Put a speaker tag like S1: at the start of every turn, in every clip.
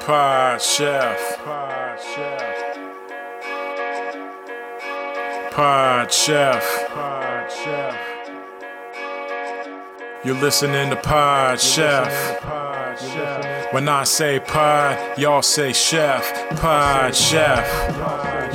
S1: Pod Chef. Pod Chef. Pod Chef. Pod Chef. You're listening to Pod Chef. Pod Chef. When I say pod, y'all say chef. Pod Chef.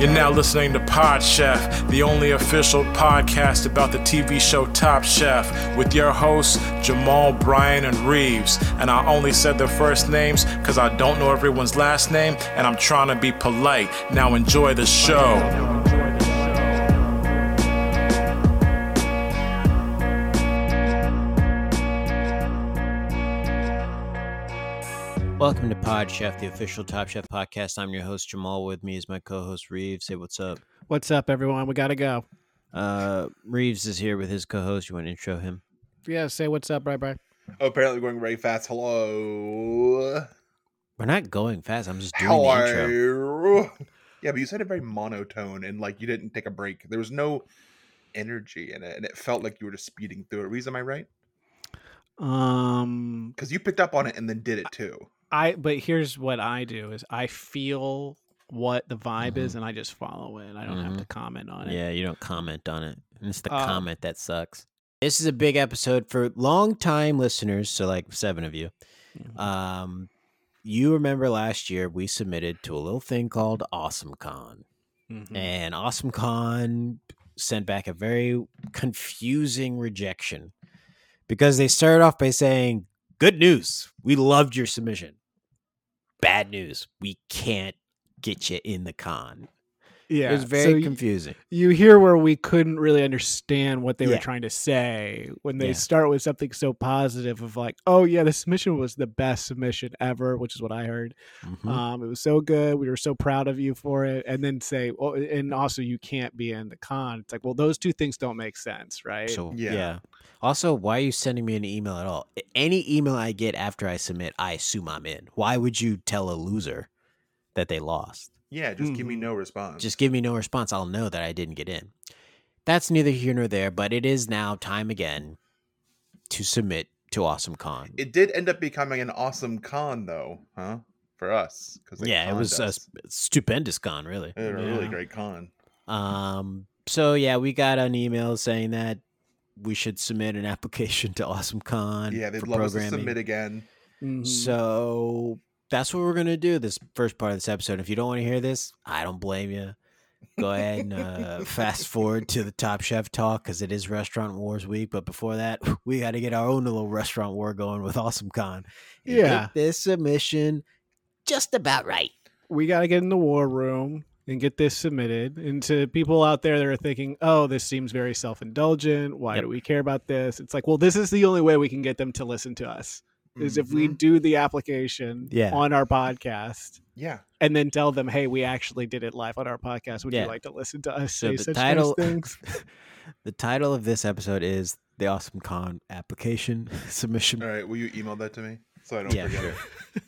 S1: You're now listening to Pod Chef, the only official podcast about the TV show Top Chef, with your hosts, Jamal, Bryan, and Reeves. And I only said their first names because I don't know everyone's last name, and I'm trying to be polite. Now enjoy the show.
S2: Welcome to Pod Chef, the official Top Chef podcast. I'm your host Jamal. With me is my co-host Reeves. Say what's up.
S3: What's up, everyone? We gotta go.
S2: Uh, Reeves is here with his co-host. You want to intro him?
S3: Yeah, say what's up, right, Brian?
S4: Oh, apparently we're going very fast. Hello.
S2: We're not going fast. I'm just doing the intro.
S4: Hello. Yeah, but you said it very monotone and like you didn't take a break. There was no energy in it, and it felt like you were just speeding through it. Reese, am I right?
S3: Um,
S4: Because you picked up on it and then did it too.
S3: I but here's what I do is I feel what the vibe is, and I just follow it. I don't have to comment on it.
S2: Mm-hmm. Yeah, you don't comment on it. And It's the
S3: Uh,
S2: comment that sucks. This is a big episode for long-time listeners. So, like seven of you.
S3: Mhm.
S2: Um, you remember last year we submitted to a little thing called AwesomeCon.
S3: Mhm.
S2: and Awesome Con sent back a very confusing rejection because they started off by saying, "Good news, we loved your submission. Bad news, we can't get you in the con."
S3: yeah,
S2: It was
S3: so
S2: very
S3: y-
S2: confusing.
S3: you hear where we couldn't really understand what they
S2: Yeah.
S3: were trying to say when they
S2: Yeah.
S3: start with something so positive of like, oh yeah, the submission was the best submission ever, which is what I heard.
S2: Mhm.
S3: Um, it was so good. We were so proud of you for it. And then say, well, and also you can't be in the con. It's like, well, those two things don't make sense, right?
S2: so yeah.
S4: yeah.
S2: Also, why are you sending me an email at all? Any email I get after I submit, I assume I'm in. Why would you tell a loser that they lost?
S4: Yeah, just give me
S3: Mhm.
S4: no response.
S2: Mm-hmm. just give me no response i'll know that i didn't get in that's neither here nor there but it is now time again to submit to awesome con
S4: it did end up becoming an awesome con though, huh? For us. Cause they
S2: yeah it
S4: conned
S2: was a
S4: us.
S2: s- stupendous con really
S4: They were a really
S3: Yeah.
S4: great con.
S2: um so yeah we got an email saying that we should submit an application to awesome con
S4: Yeah, they'd
S2: for
S4: love us to
S2: programming
S4: submit again.
S2: Mm-hmm.
S3: Mhm.
S2: so that's what we're gonna do this first part of this episode if you don't want to hear this i don't blame you go ahead and uh, fast forward to the Top Chef talk because it is Restaurant Wars week. But before that, we got to get our own little restaurant war going with Awesome Con. and get
S3: Yeah.
S2: this submission just about right.
S3: we got to get in the war room and get this submitted. And to people out there that are thinking, oh, this seems very self indulgent. Why
S2: Yep.
S3: do we care about this? It's like, well, this is the only way we can get them to listen to us is if
S4: Mm-hmm.
S3: we do the application
S2: Yeah.
S3: on our podcast.
S4: Yeah.
S3: And then tell them, hey, we actually did it live on our podcast. Would
S2: Yeah.
S3: you like to listen to us
S2: So
S3: say
S2: the
S3: such
S2: title-
S3: nice things?
S2: The title of this episode is the Awesome Con application
S4: All
S2: submission.
S4: right, will you email that to me? So I don't
S2: Yeah,
S4: forget
S2: sure.
S4: it.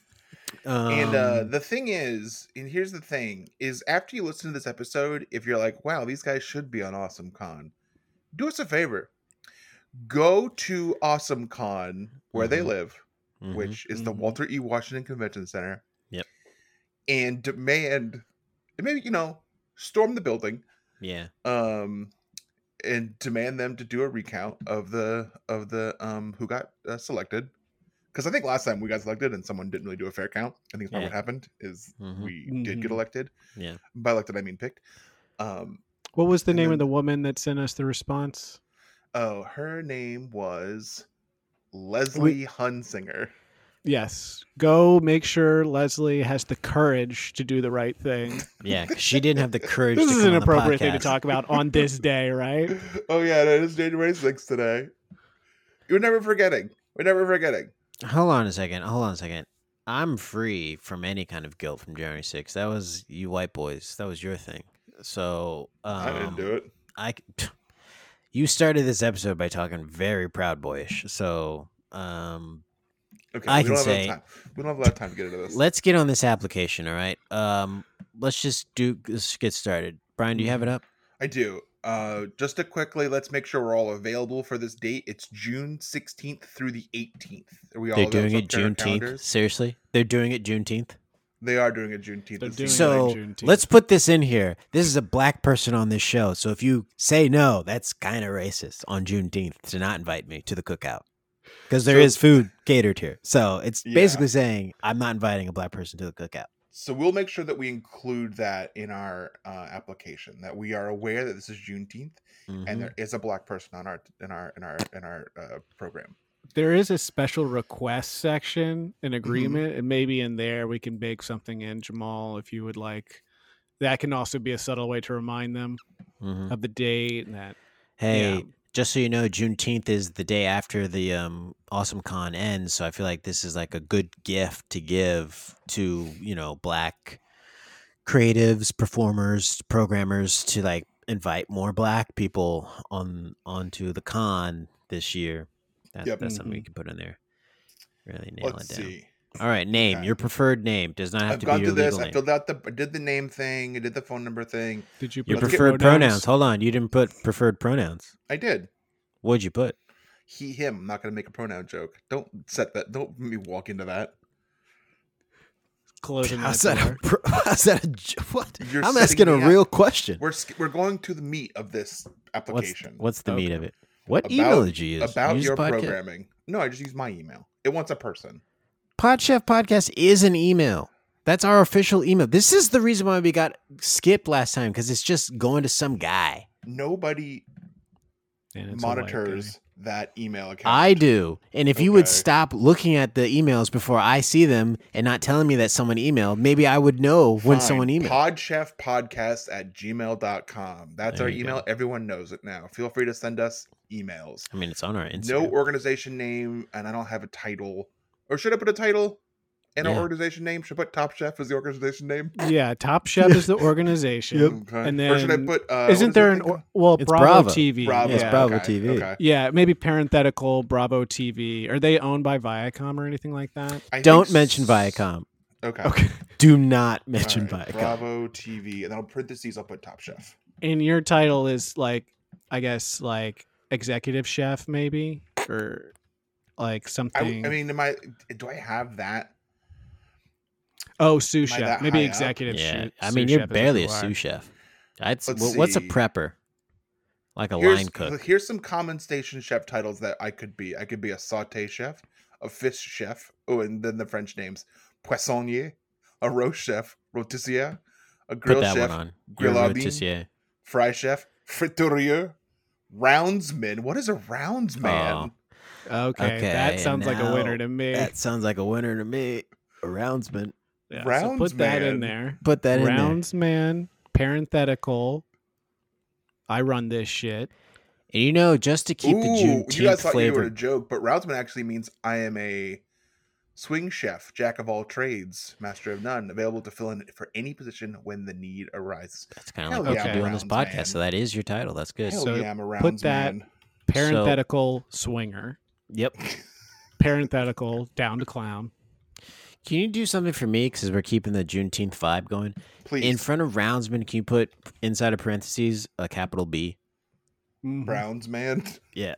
S2: Um,
S4: And uh, the thing is, and here's the thing: is after you listen to this episode, if you're like, "Wow, these guys should be on Awesome Con," do us a favor: go to Awesome Con where they
S2: Mhm.
S4: live,
S2: mhm.
S4: which is the
S3: mhm.
S4: Walter E. Washington Convention Center.
S2: Yep.
S4: And demand, and maybe you know, storm the building,
S2: yeah,
S4: um, and demand them to do a recount of the of the um who got uh, selected. Because I think last time we got selected and someone didn't really do a fair count. I think that's probably what
S2: Yeah.
S4: happened. Is
S2: Mhm.
S4: we did get
S3: Mhm.
S4: elected.
S2: Yeah.
S4: By elected, I mean picked. Um,
S3: What was the
S4: And
S3: name
S4: then-
S3: of the woman that sent us the response?
S4: oh, her name was Leslie Hunsinger.
S3: Yes. Go make sure Leslie has the courage to do the right thing.
S2: yeah. 'cause She didn't have the courage.
S3: this
S2: to
S3: is
S2: come
S3: an
S2: on the
S3: appropriate thing to
S2: podcast.
S3: talk about on this day, right?
S4: Oh yeah, that is January 6th today. You're never forgetting. We're never forgetting.
S2: Hold on a second. Hold on a second. I'm free from any kind of guilt from January 6th. That was you white boys. That was your thing. So um,
S4: I didn't do it.
S2: I c- You started this episode by talking very proud boyish, so um,
S4: Okay,
S2: I
S4: we
S2: can
S4: don't have
S2: say-
S4: a lot of time. we don't have a lot of time to get into this.
S2: let's get on this application. All right, um, let's just do let's get started. Brian, do you have it up?
S4: I do. Uh, just to quickly, let's make sure we're all available for this date. It's June 16th through the 18th. Are we all
S2: They're
S4: available
S2: doing it
S4: to our
S2: Juneteenth.
S4: calendars?
S2: Seriously, they're doing it Juneteenth.
S4: They are doing it Juneteenth.
S3: They're
S4: this
S3: doing
S4: evening.
S3: it
S2: So
S3: Juneteenth.
S2: let's put this in here. This is a black person on this show. So if you say no, that's kind of racist on Juneteenth to not invite me to the cookout because there
S4: So-
S2: is food catered here. So it's
S4: Yeah.
S2: basically saying I'm not inviting a black person to the cookout.
S4: so we'll make sure that we include that in our uh, application that we are aware that this is Juneteenth
S2: Mm-hmm.
S4: and there is a black person on our in our in our in our uh, program.
S3: There is a special request section in agreement, and maybe in there we can bake something in, Jamal, if you would like. That can also be a subtle way to remind them
S2: Mhm.
S3: of the date and that.
S2: Hey,
S3: Yeah.
S2: just so you know, Juneteenth is the day after the um, Awesome Con ends, so I feel like this is like a good gift to give to you know black creatives, performers, programmers to like invite more black people on onto the con this year. That,
S4: Yep. Mm-hmm.
S2: That's something we can put in there. Really nail
S4: Let's
S2: it down.
S4: see.
S2: All right, name
S4: Okay.
S2: your preferred name does not have
S4: I've
S2: to
S4: gone
S2: be your
S4: through this.
S2: legal
S4: I
S2: name.
S4: filled out the I did the name thing. I did the phone number thing.
S3: Did you
S2: Your
S4: Let's get
S2: preferred pronouns. Hold on, you didn't put preferred pronouns.
S4: I did.
S2: What'd you put?
S4: He him. I'm not gonna make a pronoun joke. Don't set that. Don't make me walk into that.
S3: Closing
S2: How's
S3: that
S2: that,
S3: door.
S2: a pro- how's that a j- what?
S4: You're
S2: I'm
S4: setting
S2: asking a
S4: me up.
S2: real question.
S4: We're sk- we're going to the meat of this
S2: What's,
S4: application.
S2: what's the meat
S3: Okay.
S2: of it? What
S4: About-
S2: email did you use? You
S4: about
S2: used
S4: your
S2: podca-
S4: programming? No, I just use my email. It wants a person.
S2: Podchef podcast is an email. That's our official email. This is the reason why we got skipped last time because it's just going to some guy.
S4: Nobody
S3: And it's a white guy.
S4: monitors that email account.
S2: I do. And if you would
S4: Okay.
S2: stop looking at the emails before I see them and not telling me that someone emailed, maybe I would know when someone emailed.
S4: Podchefpodcast at gmail.com. That's
S2: There
S4: our
S2: you
S4: email. Everyone knows it now. Feel free to send us emails.
S2: I mean, it's on our Instagram.
S4: No organization name, and I don't have a title. Or should I put a title and
S2: Yeah.
S4: our organization name? Should I put Top Chef as the organization name?
S3: Yeah, Top Chef is the organization.
S4: Okay.
S3: And
S4: or should I
S3: then-
S4: put? Uh, what is
S3: Isn't
S4: it?
S3: there an
S4: Think-
S3: or- well
S2: It's
S3: Bravo,
S2: Bravo.
S3: TV?
S4: Bravo.
S2: Yes,
S3: yeah.
S2: Bravo
S4: okay,
S2: TV.
S4: Okay.
S3: Yeah, maybe parenthetical Bravo TV. Are they owned by Viacom or anything like that?
S4: I think
S2: Don't
S4: s-
S2: mention Viacom.
S4: Okay.
S3: Okay.
S2: Do not mention
S4: All right,
S2: Viacom.
S4: Bravo TV, and then I'll parentheses. I'll put Top Chef.
S3: And your title is like, I guess, like executive chef, maybe, or like
S4: I,
S3: something.
S4: w- I mean, am I? Do I have that?
S3: oh, sous
S4: am I
S3: chef,
S4: that
S3: maybe
S4: high up?
S3: executive
S2: Yeah,
S3: chef.
S2: I mean, you're barely a sous chef. That's
S4: Let's
S2: wha- what's a
S4: see.
S2: prepper? Like a line cook.
S4: Here's some common station chef titles that I could be. I could be a saute chef, a fish chef. Oh, and then the French names: poissonnier, a roast chef, rotissier, a grill
S2: Put that
S4: chef,
S2: one on. You're a
S4: grillade.
S2: rotissier.
S4: fry chef, friturier, roundsman. What is a roundsman?
S3: Okay,
S2: Okay,
S3: that sounds like a winner
S2: now
S3: to me.
S2: That sounds like a winner to me. A roundsman.
S3: Yeah, so put that in
S4: Roundsman.
S3: there.
S2: Put that in there.
S3: Rounds man, parenthetical. I run this shit.
S2: And you know, just to keep the
S4: you guys
S2: Juneteenth
S4: thought you were a
S2: flavor.
S4: joke, but roundsman actually means I am a swing chef, jack of all trades, master of none, available to fill in for any position when the need arises.
S2: That's kind of
S4: Hell
S2: like what
S3: yeah,
S2: you do on this
S4: roundsman.
S2: podcast. So that is your title. That's good.
S4: Hell
S3: So
S4: yeah, I'm a roundsman.
S3: put that- Parenthetical swinger.
S2: Yep.
S3: Parenthetical down to clown.
S2: Can you do something for me? Because we're keeping the Juneteenth vibe going.
S4: Please,
S2: In front of roundsman, can you put inside of parentheses a capital B?
S3: Mhm.
S4: roundsman.
S2: Yeah.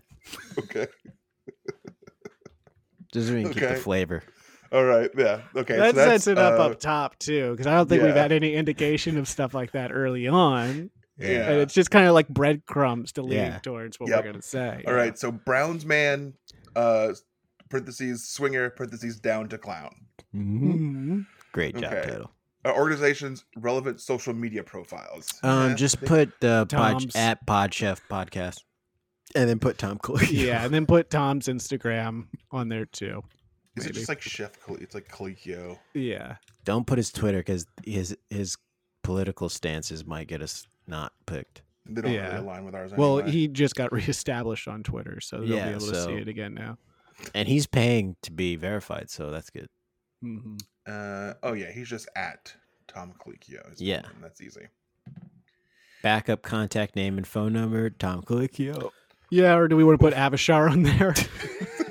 S4: okay.
S2: Just so we can keep the
S4: Okay.
S2: flavor.
S4: All right. Yeah. Okay.
S3: that sets it up
S4: uh,
S3: up top too, because I don't think we've
S4: yeah.
S3: had any indication of stuff like that early on,
S4: Yeah.
S3: and it's just kind of like breadcrumbs to lead
S2: Yeah.
S3: towards what
S4: Yep.
S3: we're gonna say.
S4: All right. So Brownsman, uh, parentheses swinger, parentheses down to clown.
S3: Mhm.
S2: Great job,
S4: Okay.
S2: title.
S4: Uh, organizations relevant social media profiles.
S2: Um,
S4: Yeah,
S2: just
S4: they-
S2: put the pod,
S3: Tom's.
S2: at Pod Chef podcast, and then put Tom Cooley.
S3: Yeah, and then put Tom's Instagram on there too.
S4: Is it
S3: maybe.
S4: just like Chef? Cal- It's like Colicchio.
S3: Yeah,
S2: don't put his Twitter because his his political stances might get us not picked.
S4: They don't
S3: Yeah.
S4: really align with ours.
S3: well,
S4: anyway.
S3: he just got reestablished on Twitter, so they'll
S2: Yeah,
S3: be able to
S2: so-
S3: see it again now.
S2: And he's paying to be verified, so that's good.
S3: Mhm.
S4: Uh, oh yeah, he's just at Tom Colicchio. is
S2: Yeah.
S4: one, and that's easy.
S2: Backup contact name and phone number: Tom Colicchio.
S3: Yeah, or do we want to put Avishar on there?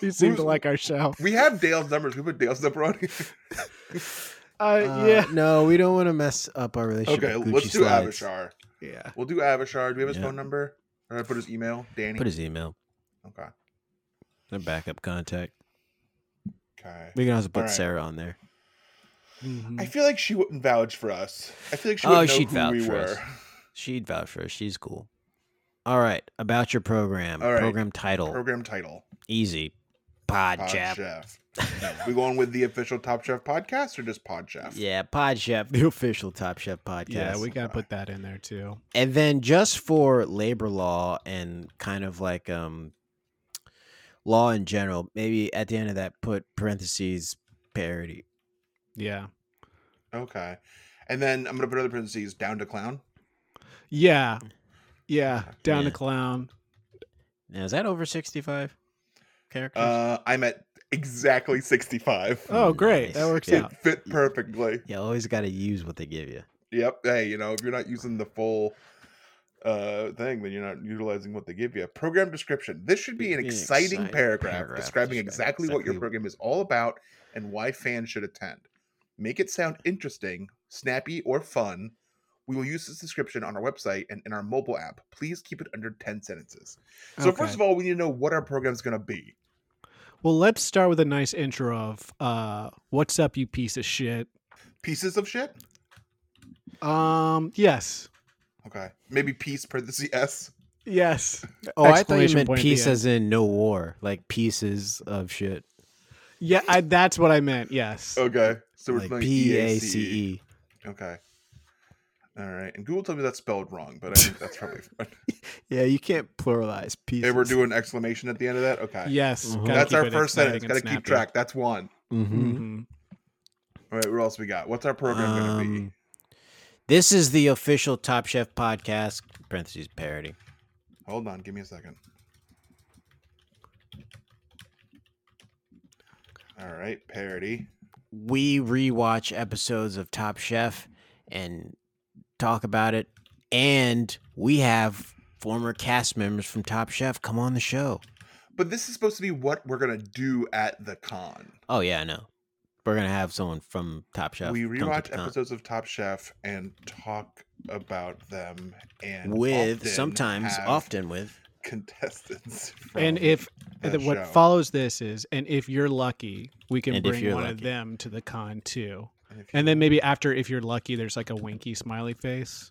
S3: you seem to like our show.
S4: We have Dale's numbers. We put Dale's number on here.
S3: Uh,
S2: Uh,
S3: yeah.
S2: No, we don't want to mess up our relationship.
S4: Okay,
S2: with Gucci
S4: let's do
S2: Slides.
S4: Avishar.
S3: Yeah.
S4: We'll do Avishar. Do we have his
S2: Yeah.
S4: phone number? Or put his email, Danny.
S2: Put his email.
S4: okay.
S2: Their backup contact.
S4: Okay.
S2: We can also put
S4: All right.
S2: Sarah on there.
S3: Mm-hmm.
S4: I feel like she wouldn't vouch for us. I feel like she
S2: Oh,
S4: would know
S2: she'd
S4: who
S2: vouch
S4: we
S2: for
S4: were.
S2: us. She'd vouch for us. She's cool. All right. About your program.
S4: All right.
S2: Program title.
S4: Program title.
S2: Easy. Pod,
S4: Pod
S2: Chef.
S4: Chef. we going with the official Top Chef podcast or just Pod Chef?
S2: Yeah, Pod Chef, the official Top Chef podcast.
S3: Yeah, we gotta put that in there too.
S2: and then just for labor law and kind of like um law in general, maybe at the end of that put parentheses parody.
S3: Yeah.
S4: Okay. And then I'm gonna put other parentheses down to clown.
S3: Yeah.
S4: Mm.
S3: Yeah. Down
S2: Yeah.
S3: to clown.
S2: Now is that over sixty five characters?
S4: Uh, I'm at exactly 65.
S3: Oh, great. That
S2: Nice.
S3: works
S2: Yeah.
S3: out.
S4: It fit perfectly.
S2: you always gotta use what they give you.
S4: Yep. Hey, you know, if you're not using the full uh thing, then you're not utilizing what they give you. Program description. This should be an
S2: Be an
S4: exciting,
S2: exciting
S4: paragraph,
S2: paragraph
S4: describing
S2: describing
S4: exactly, what your
S2: exactly-
S4: program is all about and why fans should attend. Make it sound interesting, snappy, or fun. We will use this description on our website and in our mobile app. Please keep it under 10 sentences. So, first of all, we need to know what our program's going to be.
S3: well, let's start with a nice intro of uh, "What's up, you piece of shit."
S4: Pieces of shit?
S3: Um, yes,
S4: Okay. Maybe piece parentheses S.
S3: yes,
S2: Oh, I thought you
S3: Exclamation
S2: meant
S3: point at the
S2: peace
S3: end.
S2: as in no war, like pieces of shit.
S3: yeah. I, that's what I meant. Yes.
S4: Okay. So, we're
S2: Like
S4: doing
S2: P A C
S4: EACE.
S2: E.
S4: Okay. All right. And Google told me that's spelled wrong, but I think that's probably fine.
S2: Yeah, you can't pluralize pieces.
S4: Hey, we're doing exclamation at the end of that? Okay.
S3: Yes.
S2: Mhm.
S3: gotta
S4: That's
S3: keep
S4: our
S3: it
S4: first
S3: exciting
S4: sentence.
S3: and
S4: Got to keep
S3: snappy.
S4: track. That's one.
S2: Mhm.
S3: Mhm.
S4: All right. What else we got? What's our program going to be?
S2: Um, This is the official Top Chef podcast. Parentheses parody.
S4: Hold on. Give me a second. All right. Parody.
S2: We rewatch episodes of Top Chef and talk about it, and we have former cast members from Top Chef come on the show.
S4: But this is supposed to be what we're going to do at the con.
S2: Oh yeah, I know. We're gonna have someone from Top Chef.
S4: we
S2: come to
S4: rewatch
S2: the con-
S4: episodes of Top Chef and talk about them and
S2: with
S4: often
S2: sometimes
S4: have
S2: often with
S4: contestants.
S3: And
S4: from
S3: if
S4: the
S3: th- what
S4: show.
S3: follows this is, and if you're lucky, we can
S2: And if
S3: bring
S2: you're
S3: one of
S2: lucky.
S3: them to the con too.
S4: And, if
S3: And
S4: you
S3: then maybe after, if you're lucky, there's like a winky smiley face.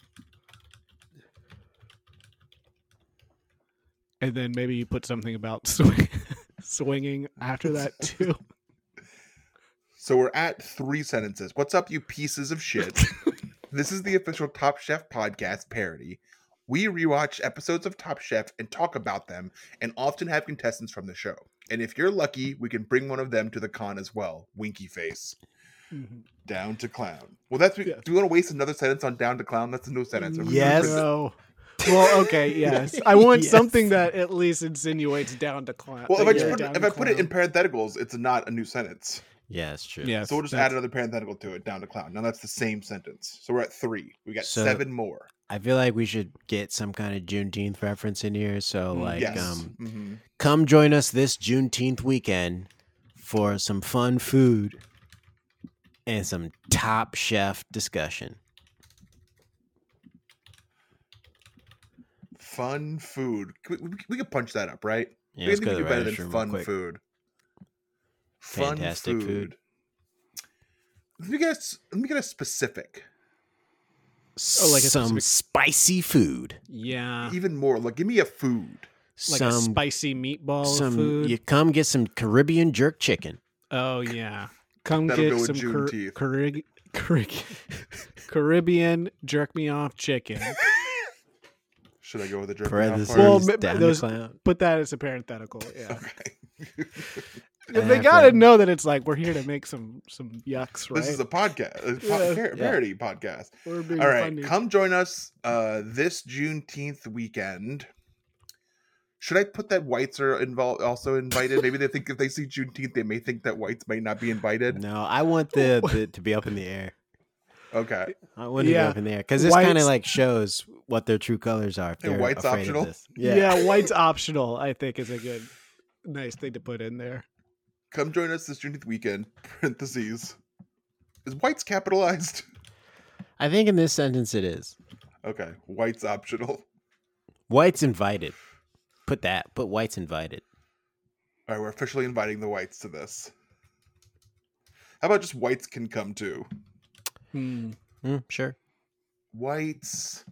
S3: And then maybe you put something about swing, swinging after that too.
S4: So we're at three sentences. What's up, you pieces of shit? this is the official Top Chef podcast parody. We rewatch episodes of Top Chef and talk about them, and often have contestants from the show. And if you're lucky, we can bring one of them to the con as well. Winky face. Down to clown. Well, that's
S3: Yeah.
S4: do we want to waste another sentence on down to clown? That's a new sentence. I'm gonna
S2: Yes.
S4: print it.
S3: No. Well, okay, yes. I want
S2: Yes.
S3: something that at least insinuates down to clown. uh,
S4: Well, if I
S3: yeah,
S4: just put it,
S3: down
S4: if
S3: to
S4: I put it in
S3: clown.
S4: parentheticals, it's not a new sentence.
S2: yeah, it's true.
S3: yes,
S4: So we'll just
S3: that's-
S4: add another parenthetical to it. Down to clown. Now that's the same sentence. So we're at three. We got
S2: So-
S4: seven more.
S2: I feel like we should get some kind of Juneteenth reference in here. So like,
S4: Mm. yes.
S2: um,
S4: Mhm.
S2: come join us this Juneteenth weekend for some fun food and some top chef discussion.
S4: Fun food. We, we, we could punch that up, right?
S2: Yeah,
S4: we
S2: let's
S4: think
S2: go to
S4: we could
S2: the
S4: do better than
S2: writer's room real
S4: fun
S2: quick.
S4: food. Fun
S2: Fantastic food.
S4: Let me get a, s- let me get a specific.
S3: Oh, like a
S2: some
S3: specific-
S2: spicy food. Ah.
S3: yeah,
S4: Even more. Like, give me a food.
S3: like a
S2: some
S3: spicy meatball
S2: some
S3: food.
S2: you come get some Caribbean jerk chicken.
S3: Oh yeah, come
S4: That'll go
S3: get
S4: with
S3: some Car-
S4: Juneteenth.
S3: Carrig- Carrig- Caribbean jerk me off chicken.
S4: Should I go with a jerk? off
S2: Parentheses
S4: part?
S3: Well, ma-
S2: down
S3: those-
S2: the clown.
S3: Put that as a parenthetical. Yeah,
S4: okay.
S3: they gotta know that it's like we're here to make some some yucks, right?
S4: This is a podcast, a po-
S3: Yeah.
S4: par-
S2: Yeah.
S4: parody podcast.
S3: we're being
S4: All right,
S3: funny.
S4: come join us uh this Juneteenth weekend. Should I put that whites are involved also invited? Maybe they think if they see Juneteenth, they may think that whites may not be invited.
S2: No, I want the, the to be up in the air.
S4: Okay.
S2: I wouldn't
S3: Yeah.
S2: go up in there because this kind of
S3: White's-
S2: like shows what their true colors are. If
S4: And
S2: they're
S4: white's
S2: afraid of
S4: optional?
S2: this.
S3: Yeah.
S2: Yeah.
S3: white's optional, I think, is a good, nice thing to put in there.
S4: Come join us this Juneteenth weekend. Parentheses. Is white's capitalized?
S2: I think in this sentence it is
S4: Okay. White's optional.
S2: white's invited. Put that. Put white's invited.
S4: All right, we're officially inviting the whites to this. How about just whites can come too?
S3: Hmm.
S2: Mm, sure.
S4: Whites.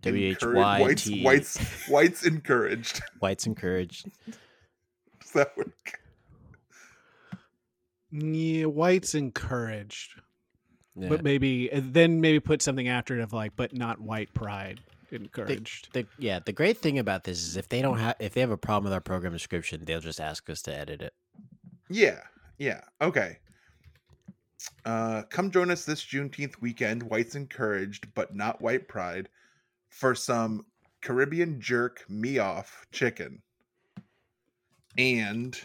S2: W h
S4: encourage-
S2: y
S4: Whites,
S2: t. E.
S4: whites, whites encouraged.
S2: White's encouraged.
S4: Does that work?
S3: Yeah, white's encouraged,
S2: Yeah.
S3: but maybe and then maybe put something after it of like, but not white pride encouraged.
S2: The, yeah, the great thing about this is if they don't have if they have a problem with our program description, they'll just ask us to edit it.
S4: Yeah. Yeah. Okay. Uh, come join us this Juneteenth weekend. Whites encouraged, but not white pride, for some Caribbean jerk me off chicken. And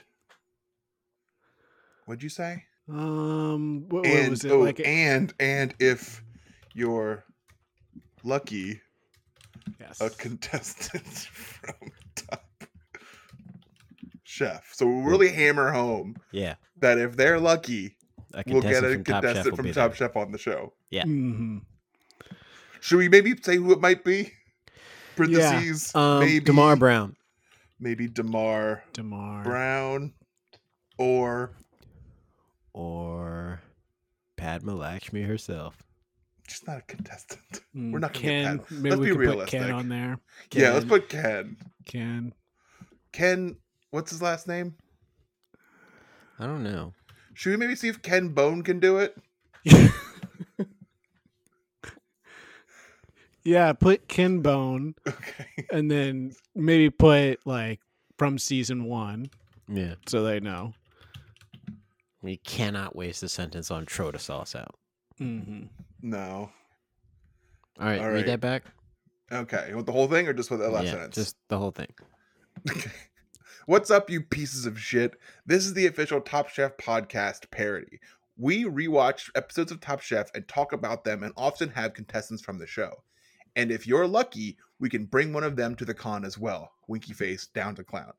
S4: what'd you say?
S3: um, what, what
S4: and
S3: was it
S4: oh,
S3: like?
S4: and and if you're lucky,
S3: yes.
S4: a contestant from Top Chef. So we'll really hammer home
S2: Yeah,
S4: that if they're lucky,
S2: a
S4: we'll get
S2: contestant from Top Chef
S4: a
S2: will
S4: contestant from
S2: be
S4: Top
S2: there.
S4: Chef on the show.
S2: Yeah.
S3: Mhm.
S4: Should we maybe say who it might be? Parentheses,
S2: Um,
S4: maybe
S2: Damar Brown.
S4: maybe Damar
S3: Damar.
S4: Brown, or
S2: or Padma Lakshmi herself.
S4: just not a contestant.
S3: Mm,
S4: We're not gonna get
S3: Ken.
S4: that.
S3: Maybe
S4: Let's
S3: we
S4: be
S3: could
S4: realistic.
S3: put Ken on there.
S4: Yeah, let's
S3: Ken,
S4: put Ken.
S3: Ken.
S4: Ken, what's his last name?
S2: I don't know.
S4: Should we maybe see if Ken Bone can do it?
S3: yeah, put Ken Bone,
S4: Okay.
S3: and then maybe put like from season one,
S2: Yeah,
S3: so they know.
S2: we cannot waste a sentence on Trota sauce out.
S3: Mm-hmm.
S4: No.
S2: All right,
S4: All
S2: read
S4: right.
S2: that back.
S4: Okay. You want the whole thing or just with that last
S2: yeah,
S4: sentence?
S2: just the whole thing.
S4: What's up, you pieces of shit? This is the official Top Chef podcast parody. We rewatch episodes of Top Chef and talk about them and often have contestants from the show. And if you're lucky, we can bring one of them to the con as well. Winky face down to clown.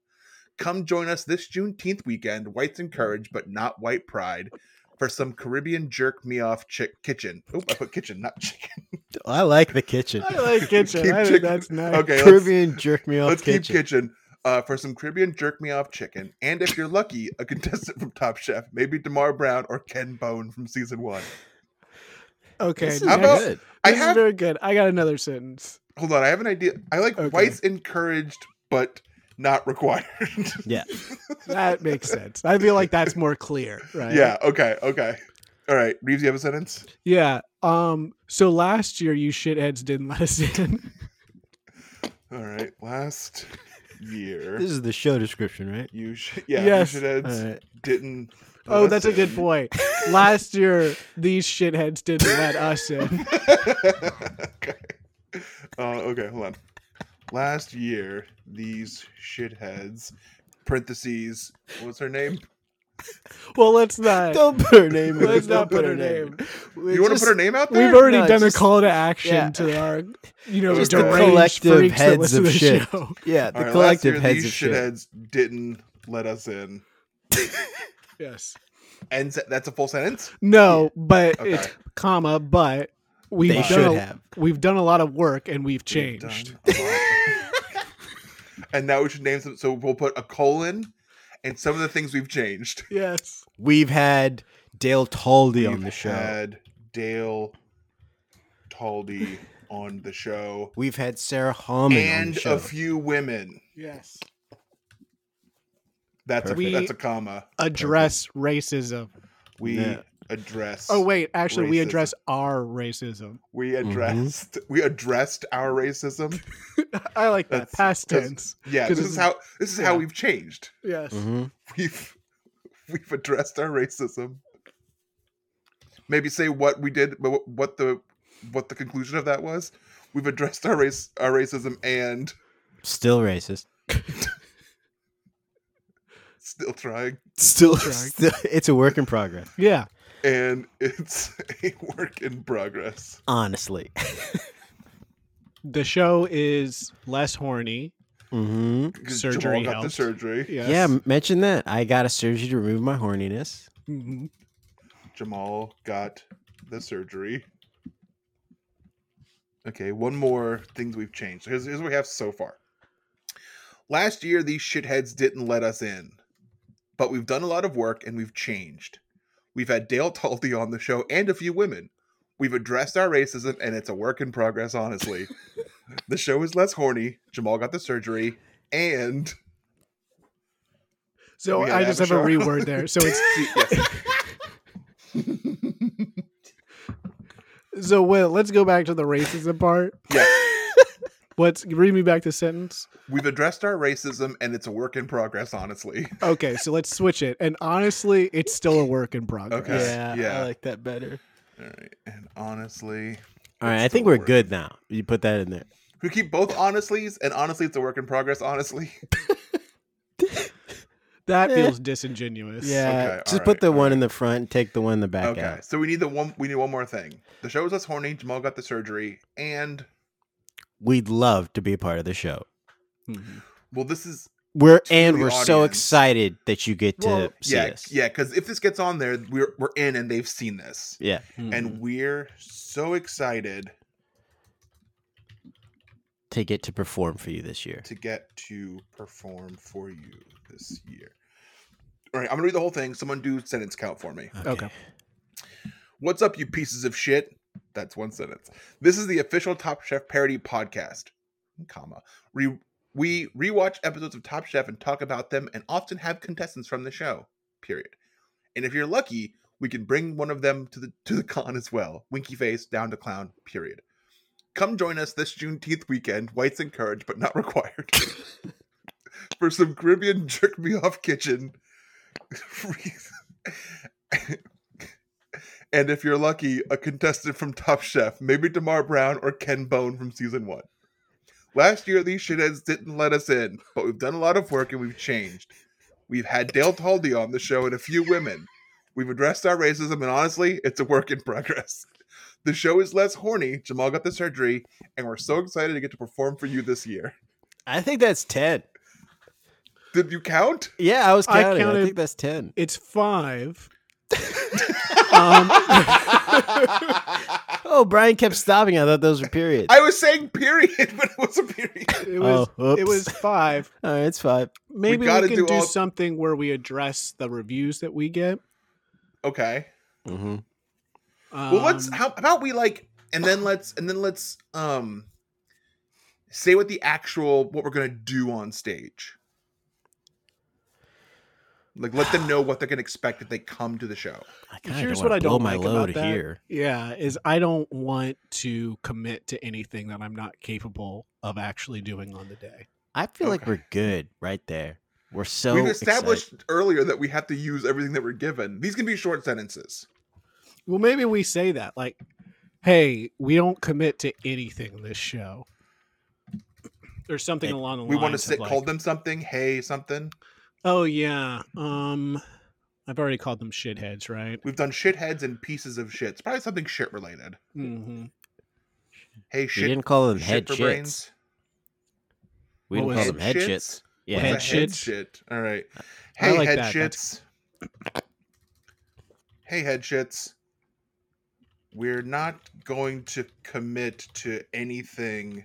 S4: Come join us this Juneteenth weekend, Whites Encouraged, but not White Pride, for some Caribbean jerk me off chick kitchen. Oh, I put kitchen, not chicken.
S2: I like the kitchen.
S3: I like kitchen.
S4: Keep
S3: I think
S4: chicken-
S3: that's nice.
S4: Okay, let's-
S2: Caribbean jerk me off
S4: Let's
S2: kitchen.
S4: keep kitchen uh, for some Caribbean jerk me off chicken. And if you're lucky, a contestant from Top Chef, maybe Damar Brown or Ken Bone from season one.
S3: Okay,
S2: This is
S3: next-
S4: How about-
S2: good.
S4: I
S3: this is
S4: have
S3: very good. I got another sentence.
S4: hold on, I have an idea. I like
S3: Okay.
S4: whites encouraged but not required.
S2: Yeah,
S3: That makes sense. I feel like that's more clear, right?
S4: yeah, okay, okay. All right, Reeves, you have a sentence?
S3: Yeah. Um. So last year, you shitheads didn't let us in.
S4: All right, last year.
S2: this is the show description, right?
S4: you should, yeah,
S3: Yes.
S4: you should have
S2: right.
S4: didn't.
S3: Oh, that's a good
S4: listen.
S3: point. Last year, these shitheads didn't let us in.
S4: okay. Uh, okay, hold on. Last year, these shitheads, parentheses, what's her name?
S3: Well, let's not.
S2: Don't put her name. in.
S3: let's
S2: Don't
S3: not put her name.
S2: We
S4: you want to
S2: just-
S4: put her name out there?
S3: We've already
S2: No,
S3: done a
S2: just-
S3: call to action
S2: yeah.
S3: to our, you know,
S4: Just the
S3: deranged
S2: collective
S3: freaks that
S2: heads
S3: listen
S2: of
S3: to the
S2: shit.
S3: show.
S2: Yeah,
S4: All
S2: the
S4: right, last year,
S2: collective heads
S4: these
S2: of shit.
S4: shitheads didn't let us in.
S3: Yes.
S4: And se- that's a full sentence.
S3: No, but
S4: Okay.
S3: it's comma, but we've
S2: They
S3: done
S2: should
S3: a,
S2: have.
S3: we've done a lot of work and we've
S4: We've
S3: changed.
S4: done a lot. and now we should name some. So we'll put a colon and some of the things we've changed.
S3: Yes.
S2: We've had Dale Taldy on
S4: We've
S2: the show.
S4: Had Dale Taldy on the show,
S2: We've had Sarah Hallman on
S4: and
S2: the show.
S4: a few women.
S3: Yes.
S4: That's a,
S3: Perfect.
S4: that's a comma.
S3: Address racism.
S4: We
S2: Yeah.
S4: address.
S3: Oh wait, actually we
S4: Racism.
S3: address our racism.
S4: We
S2: Mhm.
S4: addressed. We addressed our racism.
S3: I like that.
S4: That's-
S3: Past
S4: that's-
S3: tense.
S4: Yeah,
S3: 'Cause
S4: this is
S3: it's-
S4: how this is how
S3: yeah.
S4: we've changed.
S3: Yes.
S2: Mhm.
S4: We've we've addressed our racism. Maybe say what we did, but what- what the what the conclusion of that was. We've addressed our race, our racism, and
S2: Still racist.
S4: still trying.
S2: Still,
S3: Correct.
S2: still- it's a work in progress.
S3: Yeah.
S4: and it's a work in progress.
S2: honestly.
S3: The show is less horny.
S2: hmm
S4: 'Cause
S3: Surgery
S4: Jamal got the
S3: helped.
S4: surgery.
S3: Yes.
S2: Yeah, m- mention that. I got a surgery to remove my horniness.
S3: Mhm.
S4: Jamal got the surgery. Okay, one more things we've changed. So here's, here's what we have so far. Last year, these shitheads didn't let us in, but we've done a lot of work and we've changed. We've had Dale Talty on the show and a few women. We've addressed our racism, and it's a work in progress, honestly. the show is less horny. Jamal got the surgery, and
S3: So
S4: We had
S3: I just have a
S4: Abishar.
S3: reword there. So it's
S4: Yes.
S3: so Will. Let's go back to the racism part.
S4: Yeah.
S3: What's read me back the sentence?
S4: we've addressed our racism, and it's a work in progress, honestly.
S3: Okay, so let's switch it. And honestly, it's still a work in progress.
S4: Okay. Yeah, yeah. I
S2: like that better.
S4: All right, and honestly,
S2: All right,
S4: It's
S2: I
S4: still
S2: think we're
S4: work.
S2: good now. You put that in there.
S4: we keep both honestlies, and honestly, it's a work in progress. Honestly,
S3: That
S2: Eh.
S3: feels disingenuous.
S4: Okay, all
S2: Yeah, just
S4: right,
S2: put the
S4: all
S2: one in the front and take the one in the back
S4: okay.
S2: out.
S4: So we need the one. We need one more thing. The show is less horny. Jamal got the surgery, and
S2: We'd love to be a part of the show.
S3: Mhm.
S4: well, this is
S2: We're
S4: To
S2: and
S4: the
S2: we're so
S4: audience.
S2: excited that you get to
S3: Well,
S2: see
S4: yeah,
S2: us.
S4: yeah. Because if this gets on there, we're we're in, and they've seen this,
S2: yeah.
S4: and we're so excited
S2: To get to perform for you this year.
S4: to get to perform for you this year. All right, I'm gonna read the whole thing. Someone do sentence count for me.
S3: Okay.
S4: What's up, you pieces of shit? That's one sentence. This is the official Top Chef parody podcast, comma. Re- we rewatch episodes of Top Chef and talk about them and often have contestants from the show, period. And if you're lucky, we can bring one of them to the to the con as well. Winky face, down to clown, period. Come join us this Juneteenth weekend, whites encouraged but not required, for some Caribbean jerk me off kitchen. and if you're lucky, a contestant from Top Chef, maybe Damar Brown or Ken Bone from season one. Last year, these shitheads didn't let us in, but we've done a lot of work and we've changed. We've had Dale Taldy on the show and a few women. We've addressed our racism, and honestly, it's a work in progress. The show is less horny. Jamal got the surgery, and we're so excited to get to perform for you this year.
S2: I think that's ten.
S4: Did you count?
S2: Yeah, I was
S3: I
S2: counting. I,
S3: counted-
S2: think that's ten.
S3: It's five. um,
S2: Oh, Brian kept stopping. I thought those were periods.
S4: I was saying period, but it was a period.
S3: it was
S2: Oh, oops.
S3: it was five.
S2: All right, it's five.
S3: Maybe we,
S4: gotta
S3: can
S4: do
S3: do,
S4: all-
S3: something where we address the reviews that we get.
S4: Okay.
S2: Mm-hmm.
S3: Um,
S4: Well, let's. How about we like, and then let's, and then let's, um, say what the actual what we're gonna do on stage. Like, let them know what they can expect if they come to the show.
S3: Here's what I
S2: blow
S3: don't
S2: my
S3: like
S2: load
S3: about that.
S2: here.
S3: Yeah, is I don't want to commit to anything that I'm not capable of actually doing on the day.
S2: I feel like
S4: Okay.
S2: we're good right there. We're so
S4: We've
S2: excited.
S4: established earlier that we have to use everything that we're given. These can be short sentences.
S3: Well, maybe we say that like, "Hey, we don't commit to anything in this show," or something
S2: Hey,
S3: along the
S4: We
S3: lines.
S4: want to
S3: of,
S4: sit,
S3: like,
S4: call them something. Hey, something.
S3: Oh yeah. Um, I've already called them shitheads, right?
S4: We've done shitheads and pieces of shit. It's probably something shit related.
S3: Mm-hmm.
S4: Hey,
S2: We
S4: shit.
S2: didn't call them
S4: shit
S2: head
S4: for
S2: shits.
S4: brains?
S2: We
S3: What
S2: didn't call
S3: was
S2: them head shits. Yeah,
S4: What's a
S3: Head
S4: head
S3: shits?
S4: shit. All right.
S3: I
S4: Hey,
S3: like
S4: head
S3: that.
S4: shits.
S3: That's-
S4: Hey, head shits. We're not going to commit to anything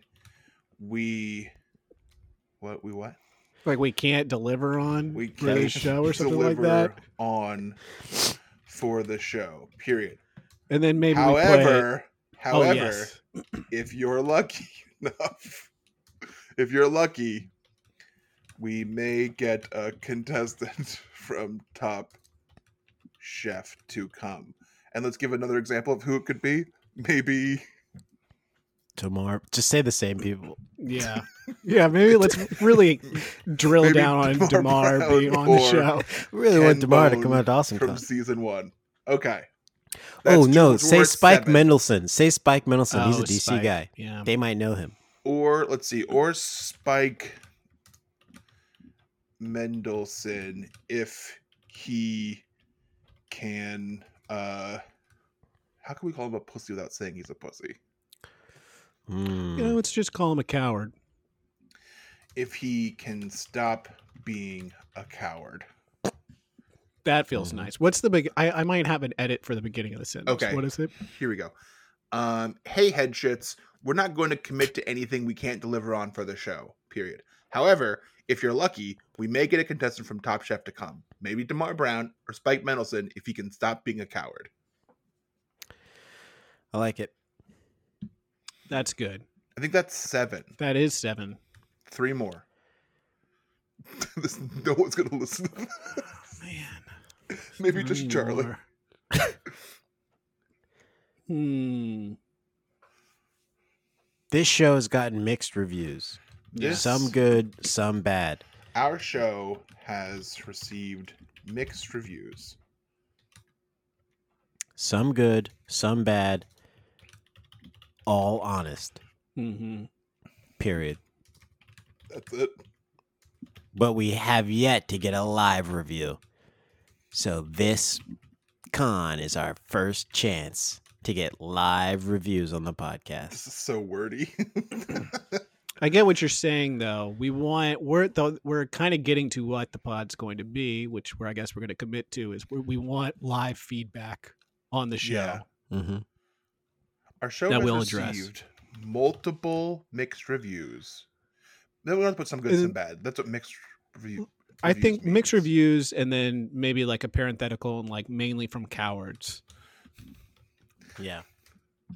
S4: we. What we what?
S3: Like we can't deliver on
S4: we
S3: for this
S4: can't
S3: show or something like
S4: deliver
S3: that.
S4: on for the show. Period.
S3: And then maybe we play.
S4: however,
S3: Oh,
S4: however,
S3: yes.
S4: if you're lucky enough, if you're lucky, we may get a contestant from Top Chef to come. And let's give another example of who it could be. Maybe
S2: Tomorrow, just say the same people.
S3: Yeah. Yeah, maybe let's really drill
S4: Maybe
S3: down on
S4: Damar
S3: Demar
S4: Brown
S3: being on the
S4: or-
S3: show.
S2: We really
S4: Ken
S2: want Demar to come
S4: Bone
S2: out to awesome
S4: from
S2: Con.
S4: season one. Okay.
S2: Oh
S4: That's
S2: no,
S4: two-
S2: say
S4: we're
S2: Spike
S4: seven.
S2: Mendelson. Say Spike Mendelson. He's
S3: Oh,
S2: a DC
S3: Spike.
S2: guy.
S3: Yeah.
S2: They might know him.
S4: or let's see, or Spike Mendelson if he can Uh, how can we call him a pussy without saying he's a pussy?
S3: Yeah,
S2: Mm.
S3: let's just call him a coward.
S4: If he can stop being a coward.
S3: That feels
S2: Mhm.
S3: nice. What's the big? I, I might have an edit for the beginning of the sentence.
S4: Mm-hmm. Okay.
S3: What is it?
S4: Here we go. Um, hey, headshits. We're not going to commit to anything we can't deliver on for the show. Period. However, if you're lucky, we may get a contestant from Top Chef to come. Maybe Damar Brown or Spike Mendelson if he can stop being a coward.
S2: I like it.
S3: That's good.
S4: I think that's seven.
S3: That is seven.
S4: Three more. This- no one's going to listen. to this.
S3: Man.
S4: Maybe just Charlie.
S3: hmm.
S2: This show has gotten mixed reviews.
S4: Yes.
S2: Some good, some bad.
S4: Our show has received mixed reviews.
S2: Some good, some bad. All honest.
S3: hmm
S2: Period.
S4: That's it.
S2: But we have yet to get a live review. So this con is our first chance to get live reviews on the podcast.
S4: This is so wordy.
S3: I get what you're saying, though. We want we're though we're kind of getting to what the pod's going to be, which where I guess we're going to commit to is we we want live feedback on the show.
S4: Yeah.
S2: Mm-hmm.
S4: Our show
S3: That
S4: has
S3: we'll address.
S4: received multiple mixed reviews. Then we have to put some good,
S3: And-
S4: some bad. That's what mixed review.
S3: I think
S4: reviews
S3: mixed
S4: means.
S3: reviews, and then maybe like a parenthetical, and like mainly from cowards,
S2: Yeah.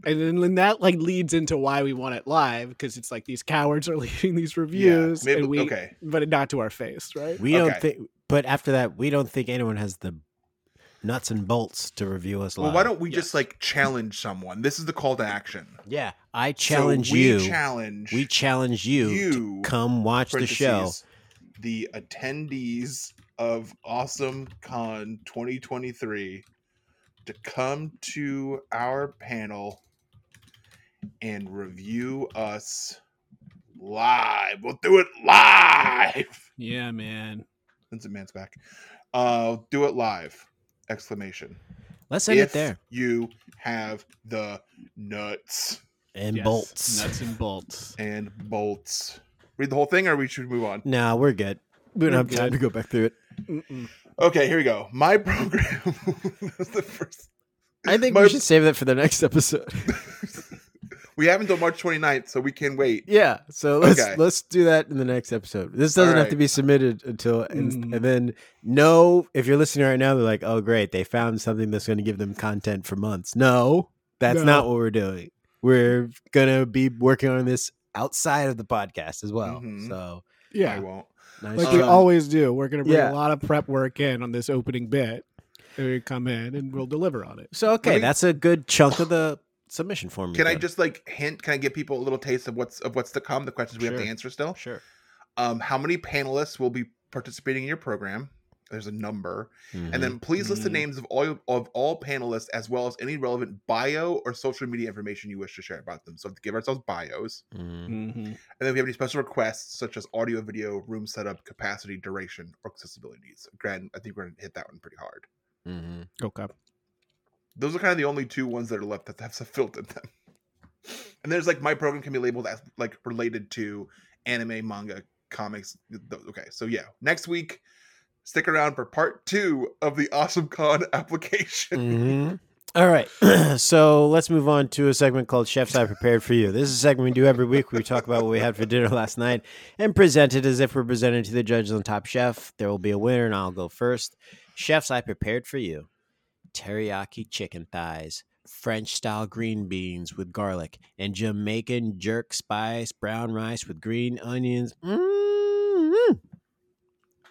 S3: and then, then that like leads into why we want it live because it's like these cowards are leaving these reviews,
S4: maybe-
S3: and we,
S4: okay.
S3: but not to our face, right?
S2: We don't
S4: Okay.
S2: think but after that we don't think anyone has the nuts and bolts to review us live.
S4: Well, why don't we
S3: Yes.
S4: just like challenge someone? This is the call to action.
S2: Yeah, I
S4: So
S2: challenge
S4: we
S2: you.
S4: Challenge.
S2: we challenge you,
S4: you,
S2: to come watch the show.
S4: parentheses, The attendees of Awesome Con 2023 to come to our panel and review us live. We'll do it live.
S3: Yeah, man.
S4: Vincent Man's back. Uh, do it live! Exclamation.
S2: Let's end
S4: if
S2: it there.
S4: you have the nuts
S2: And
S3: Yes,
S2: bolts.
S3: nuts and bolts.
S4: and bolts. Read the whole thing, or we should move on.
S2: No, we're good. We don't
S3: We're
S2: have time
S3: good.
S2: to go back through it.
S3: Mm-mm.
S4: Okay, here we go. My program. That's the first.
S2: I think
S4: My-
S2: we should save that for the next episode.
S4: We have until March 29th, so we can wait.
S2: yeah, so let's
S4: Okay.
S2: let's do that in the next episode. This doesn't have to
S4: Alright.
S2: be submitted until and,
S3: Mhm.
S2: and then no, if you're listening right now, they're like, "Oh, great, they found something that's going to give them content for months." No, that's
S3: No.
S2: not what we're doing. We're gonna be working on this outside of the podcast as well.
S4: Mhm.
S2: So
S4: I
S3: Yeah,
S4: won't.
S2: nice
S3: like we
S4: Um,
S2: try.
S3: always do. We're gonna bring
S2: Yeah.
S3: a lot of prep work in on this opening bit. And we come in and we'll deliver on it.
S2: So okay,
S4: me-
S2: that's a good chunk of the submission form.
S4: Can I just like hint? Can I give people a little taste of what's of what's to come? The questions we have
S2: Sure.
S4: to answer still.
S2: sure?
S4: Um, how many panelists will be participating in your program? There's a number, and then please list the
S3: Mhm.
S4: names of all of all panelists as well as any relevant bio or social media information you wish to share about them. So give ourselves bios,
S3: Mm-hmm.
S4: and then if you have any special requests such as audio, video, room setup, capacity, duration, or accessibilities. Grant, I think we're gonna hit that one pretty hard.
S2: Mm-hmm.
S3: Okay.
S4: those are kind of the only two ones that are left that have some filth in them. And there's like my program can be labeled as like related to anime, manga, comics. th- Okay, so yeah, next week, stick around for part two of the Awesome Con application.
S2: Mm-hmm. All right, so let's move on to a segment called "Chefs I Prepared for You." This is a segment we do every week. where We talk about what we had for dinner last night and present it as if we're presenting to the judges on Top Chef. There will be a winner, and I'll go first. Chefs I prepared for you: teriyaki chicken thighs, French-style green beans with garlic, and Jamaican jerk spice brown rice with green onions. Mm-hmm.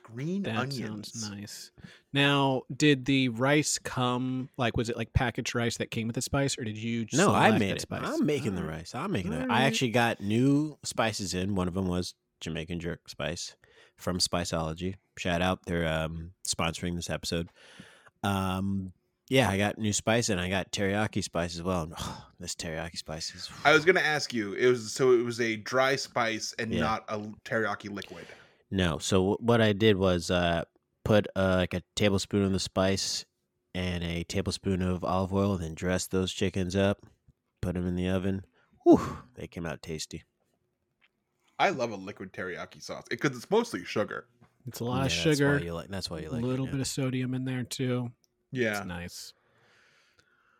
S4: Green
S3: Mm, That
S4: onions.
S3: sounds nice. Now, did the rice come like was it like packaged rice that came with the spice, or did you?
S2: No, I
S3: select
S2: made
S3: that
S2: it.
S3: Spice?
S2: I'm making the
S3: Alright.
S2: rice. I'm making it.
S3: All
S2: I
S3: right.
S2: actually got new spices in. One of them was Jamaican jerk spice from Spiceology. Shout out, they're um, sponsoring this episode. Um, yeah, I got new spice and I got teriyaki spice as well. And oh, this teriyaki spice is.
S4: I was gonna ask you. It was so it was a dry spice and
S2: Yeah.
S4: not a teriyaki liquid.
S2: No. So wh- what I did was uh, put uh, like a tablespoon of the spice and a tablespoon of olive oil, then dress those chickens up, put them in the oven. Whew, they came out tasty.
S4: I love a liquid teriyaki sauce because it's mostly sugar.
S3: It's a lot of
S2: Yeah, that's why
S3: sugar,
S2: you like- That's why you
S3: a
S2: like it,
S3: little
S2: yeah.
S3: bit of sodium in there too.
S4: Yeah.
S3: It's nice.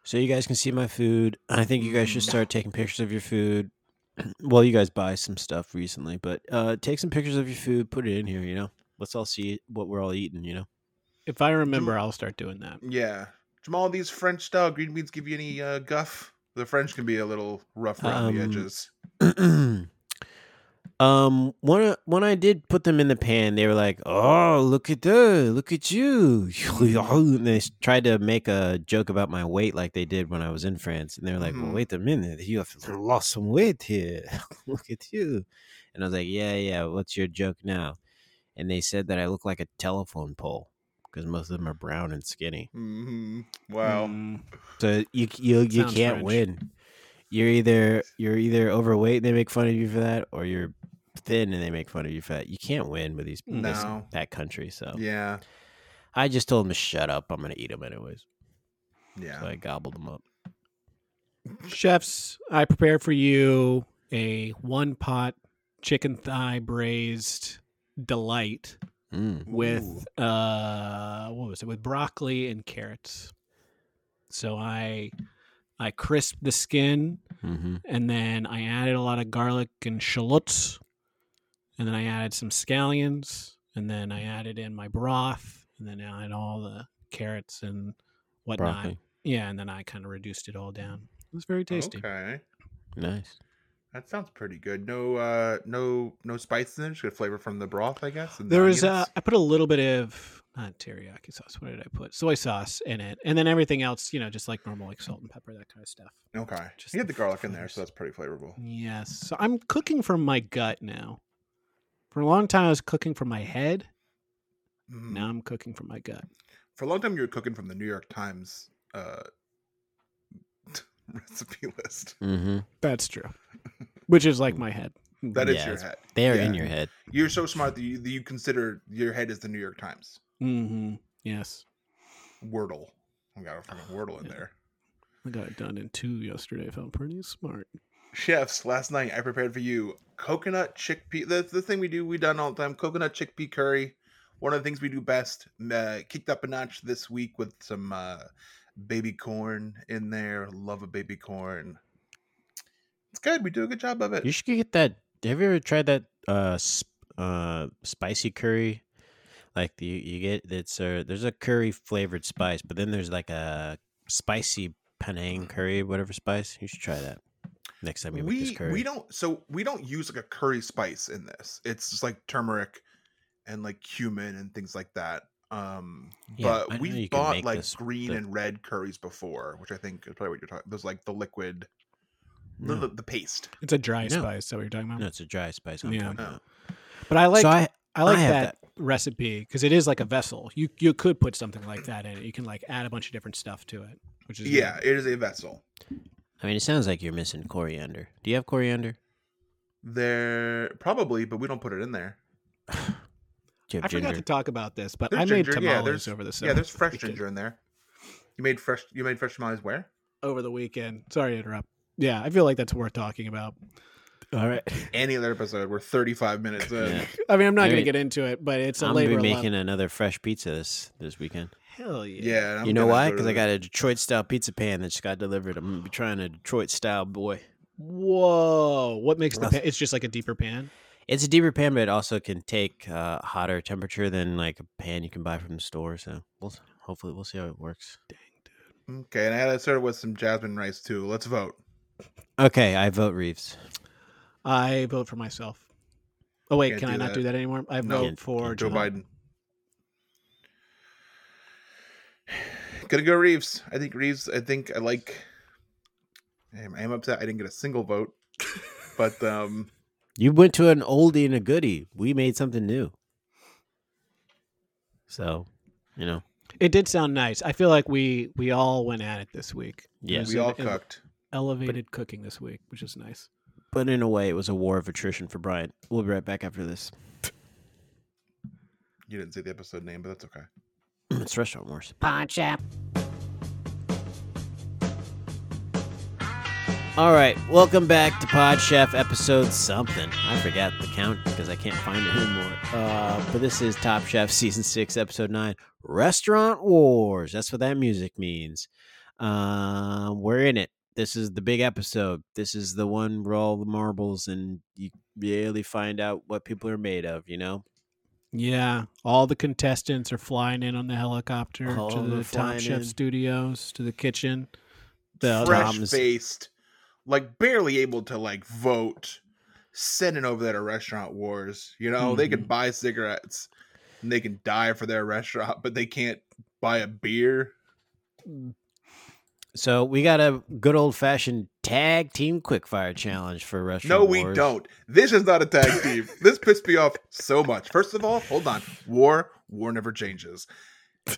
S2: So you guys can see my food. I think you guys
S3: Mm.
S2: should start taking pictures of your food. well, you guys buy some stuff recently, but uh, take some pictures of your food, put it in here. You know, let's all see what we're all eating. You know,
S3: If I remember, I'll start doing that.
S4: Yeah. Jamal, these French style green beans give you any uh, guff? The French can be a little rough around the
S2: Um,
S4: edges.
S2: um, when I, when I did put them in the pan, they were like, "Oh, look at the look at you!" And they s- tried to make a joke about my weight, like they did when I was in France. And they were like, "Well,
S4: Mhm.
S2: wait a minute, you have lost some weight here. look at you!" And I was like, "Yeah, yeah. What's your joke now?" And they said that I look like a telephone pole because most of them are brown and skinny.
S4: hmm Wow.
S3: Mm,
S2: So you you you
S3: Sounds
S2: can't
S3: French.
S2: win. You're either you're either overweight and they make fun of you for that, or you're thin and they make fun of you for that. You can't win with these this-
S4: No.
S2: that country. So
S4: Yeah.
S2: I just told them to shut up. I'm gonna eat them anyways.
S4: Yeah.
S2: So I gobbled them up.
S3: Chefs, I prepare for you a one pot chicken thigh braised delight
S2: Mm.
S3: with uh what was it with broccoli and carrots. So I I crisp the skin
S2: hmm
S3: and then I added a lot of garlic and shallots, and then I added some scallions, and then I added in my broth, and then I added all the carrots and whatnot.
S2: Broccoli.
S3: Yeah, and then I kind of reduced it all down. It was very tasty.
S4: Okay.
S2: Nice.
S4: That sounds pretty good. No, uh, no, no spice in there. Just get flavor from the broth, I guess. And the
S3: There was uh,
S4: onions.
S3: I put a little bit of not teriyaki sauce. What did I put? Soy sauce in it, and then everything else, you know, just like normal, like salt and pepper, that kind of stuff.
S4: okay.
S3: just
S4: You get
S3: the
S4: the garlic in there,
S3: flavors.
S4: so that's pretty flavorful.
S3: Yes. So I'm cooking from my gut now. For a long time, I was cooking from my head.
S4: Mm.
S3: Now I'm cooking from my gut.
S4: For a long time, you were cooking from the New York Times uh, recipe list.
S2: hmm
S3: That's true. Which is like my head.
S4: That is
S2: Yeah,
S4: your
S2: it's-
S4: head.
S2: They are
S4: Yeah.
S2: in your head.
S4: You're so smart that you, that you consider your head as the New York Times.
S3: Mm-hmm. Yes.
S4: Wordle. I
S2: Oh,
S4: got a fucking Wordle in
S3: Yeah.
S4: there.
S3: I got it done in two yesterday. I felt pretty smart.
S4: Chefs, last night I prepared for you coconut chickpea. That's the thing we do. We done all the time. Coconut chickpea curry. One of the things we do best. Uh, kicked up a notch this week with some uh, baby corn in there. Love a baby corn. It's good. We do a good job of
S2: You
S4: it.
S2: should get that. Have you ever tried that uh, sp- uh, spicy curry? Like the, you get it's uh there's a curry flavored spice, but then there's like a spicy Penang curry, whatever spice. You should try that next time you make this
S4: We
S2: curry.
S4: we don't so we don't use like a curry spice in this. It's just like turmeric and like cumin and things like that. Um,
S2: Yeah, I
S4: but
S2: know
S4: we've
S2: you can
S4: bought
S2: make
S4: like
S2: this,
S4: green
S2: but-
S4: and red curries before, which I think is probably what you're talking. There's like the liquid,
S2: No,
S4: the, the paste.
S3: It's a dry
S2: No.
S3: spice. Is that what you're talking about?
S2: no, it's a dry spice. I'm
S3: Yeah.
S2: talking
S4: No.
S2: about.
S3: But I like
S2: so
S3: I,
S2: I
S3: like
S2: I have
S3: that, recipe because it is like a vessel. You you could put something like that in it. You can like add a bunch of different stuff to it, which is
S4: Yeah,
S3: good.
S4: it is a vessel.
S2: I mean, it sounds like you're missing coriander. Do you have coriander?
S4: There probably, but we don't put it in there.
S2: Do you
S3: I
S2: have
S3: forgot
S2: ginger?
S3: to talk about this, but
S4: There's
S3: I made
S4: ginger, yeah,
S3: tamales
S4: there's-
S3: over the summer.
S4: yeah, there's fresh
S3: weekend-
S4: ginger in there. You made fresh. You made fresh tamales where?
S3: over the weekend. Sorry to interrupt. Yeah, I feel like that's worth talking about.
S2: All right,
S4: Any other episode? We're 35 minutes in.
S2: Yeah.
S3: I mean, I'm not
S2: I
S3: going to
S2: mean,
S3: get into it, but it's a
S2: I'm gonna
S3: labor
S2: be
S3: of
S2: making
S3: love.
S2: another fresh pizza this this weekend.
S3: Hell yeah.
S4: Yeah, and I'm
S2: you know
S4: gonna
S2: why?
S4: go
S2: Because
S4: to
S2: I
S4: the-
S2: got a Detroit style pizza pan that just got delivered. I'm gonna be trying a Detroit style boy.
S3: Whoa! What makes the
S2: That's-
S3: pan? It's just like a deeper pan.
S2: It's a deeper pan, but it also can take uh, hotter temperature than like a pan you can buy from the store. So we'll s- hopefully we'll see how it works.
S3: Dang, dude.
S4: Okay, and I had to serve with some jasmine rice too. Let's vote.
S2: Okay, I vote Reeves.
S3: I vote for myself. Oh wait,
S4: Can't
S3: can I
S4: do
S3: not
S4: that.
S3: do that anymore? I
S4: No.
S3: vote
S2: Can't-
S3: for
S2: can't
S4: Joe
S3: Joe Biden.
S4: Biden. Gonna go Reeves. I think Reeves. I think I like. I am, I am upset. I didn't get a single vote, but um,
S2: You went to an oldie and a goodie. We made something new. So, you know,
S3: It did sound nice. I feel like we we all went at it this week.
S2: Yeah.
S3: It was
S4: we all
S3: an ele-
S4: cooked.
S3: elevated cooking this week, which is nice.
S2: but in a way, it was a war of attrition for Brian. We'll be right back after this.
S4: You didn't say the episode name, but that's okay.
S2: it's restaurant wars.
S5: Pawn Shop.
S2: All right, welcome back to Pod Chef episode something. I forgot the count because I can't find it anymore. Uh, but this is Top Chef season six, episode nine, Restaurant Wars. That's what that music means. Uh, we're in it. This is the big episode. This is the one where all the marbles and you really find out what people are made of. You know,
S3: Yeah, all the contestants are flying in on the helicopter
S2: All
S3: to the
S2: the
S3: Top
S2: flying
S3: Chef
S2: in.
S3: studios to the kitchen. The
S4: Fresh
S2: Tom's-
S4: faced, like barely able to like vote, sending over there to restaurant wars. You know, they can
S3: Mhm.
S4: buy cigarettes and they can die for their restaurant, but they can't buy a beer.
S2: so we got a good old fashioned tag team quickfire challenge for restaurant.
S4: no, we
S2: Wars.
S4: don't. This is not a tag team. this pissed me off so much. First of all, hold on. War, war never changes.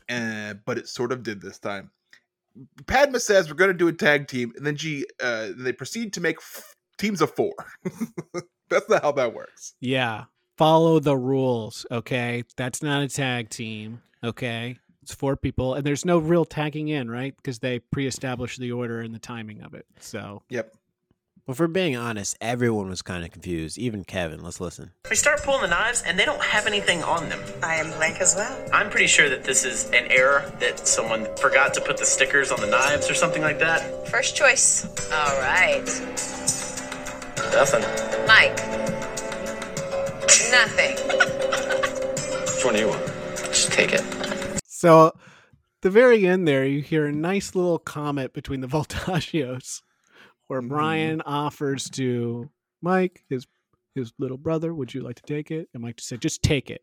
S4: Uh, but it sort of did this time. Padma says we're going to do a tag team, and then she uh, they proceed to make f- teams of four. That's not how that works.
S3: Yeah. Follow the rules, okay? That's not a tag team, okay? It's four people and there's no real tagging in, right? Because they pre-establish the order and the timing of it. So,
S4: Yep.
S2: Well, if we're being honest, everyone was kind of confused, even Kevin. Let's listen.
S5: They start pulling the knives and they don't have anything on them.
S6: I am blank as well.
S5: I'm pretty sure that this is an error that someone forgot to put the stickers on the knives or something like that.
S7: First choice. All right.
S5: Nothing.
S7: Mike. Nothing.
S5: Which one do you want? Just take it.
S3: so the very end there, you hear a nice little comment between the Voltagios where
S4: Mhm.
S3: Brian offers to Mike, his his little brother, would you like to take it? And Mike just said, just take it.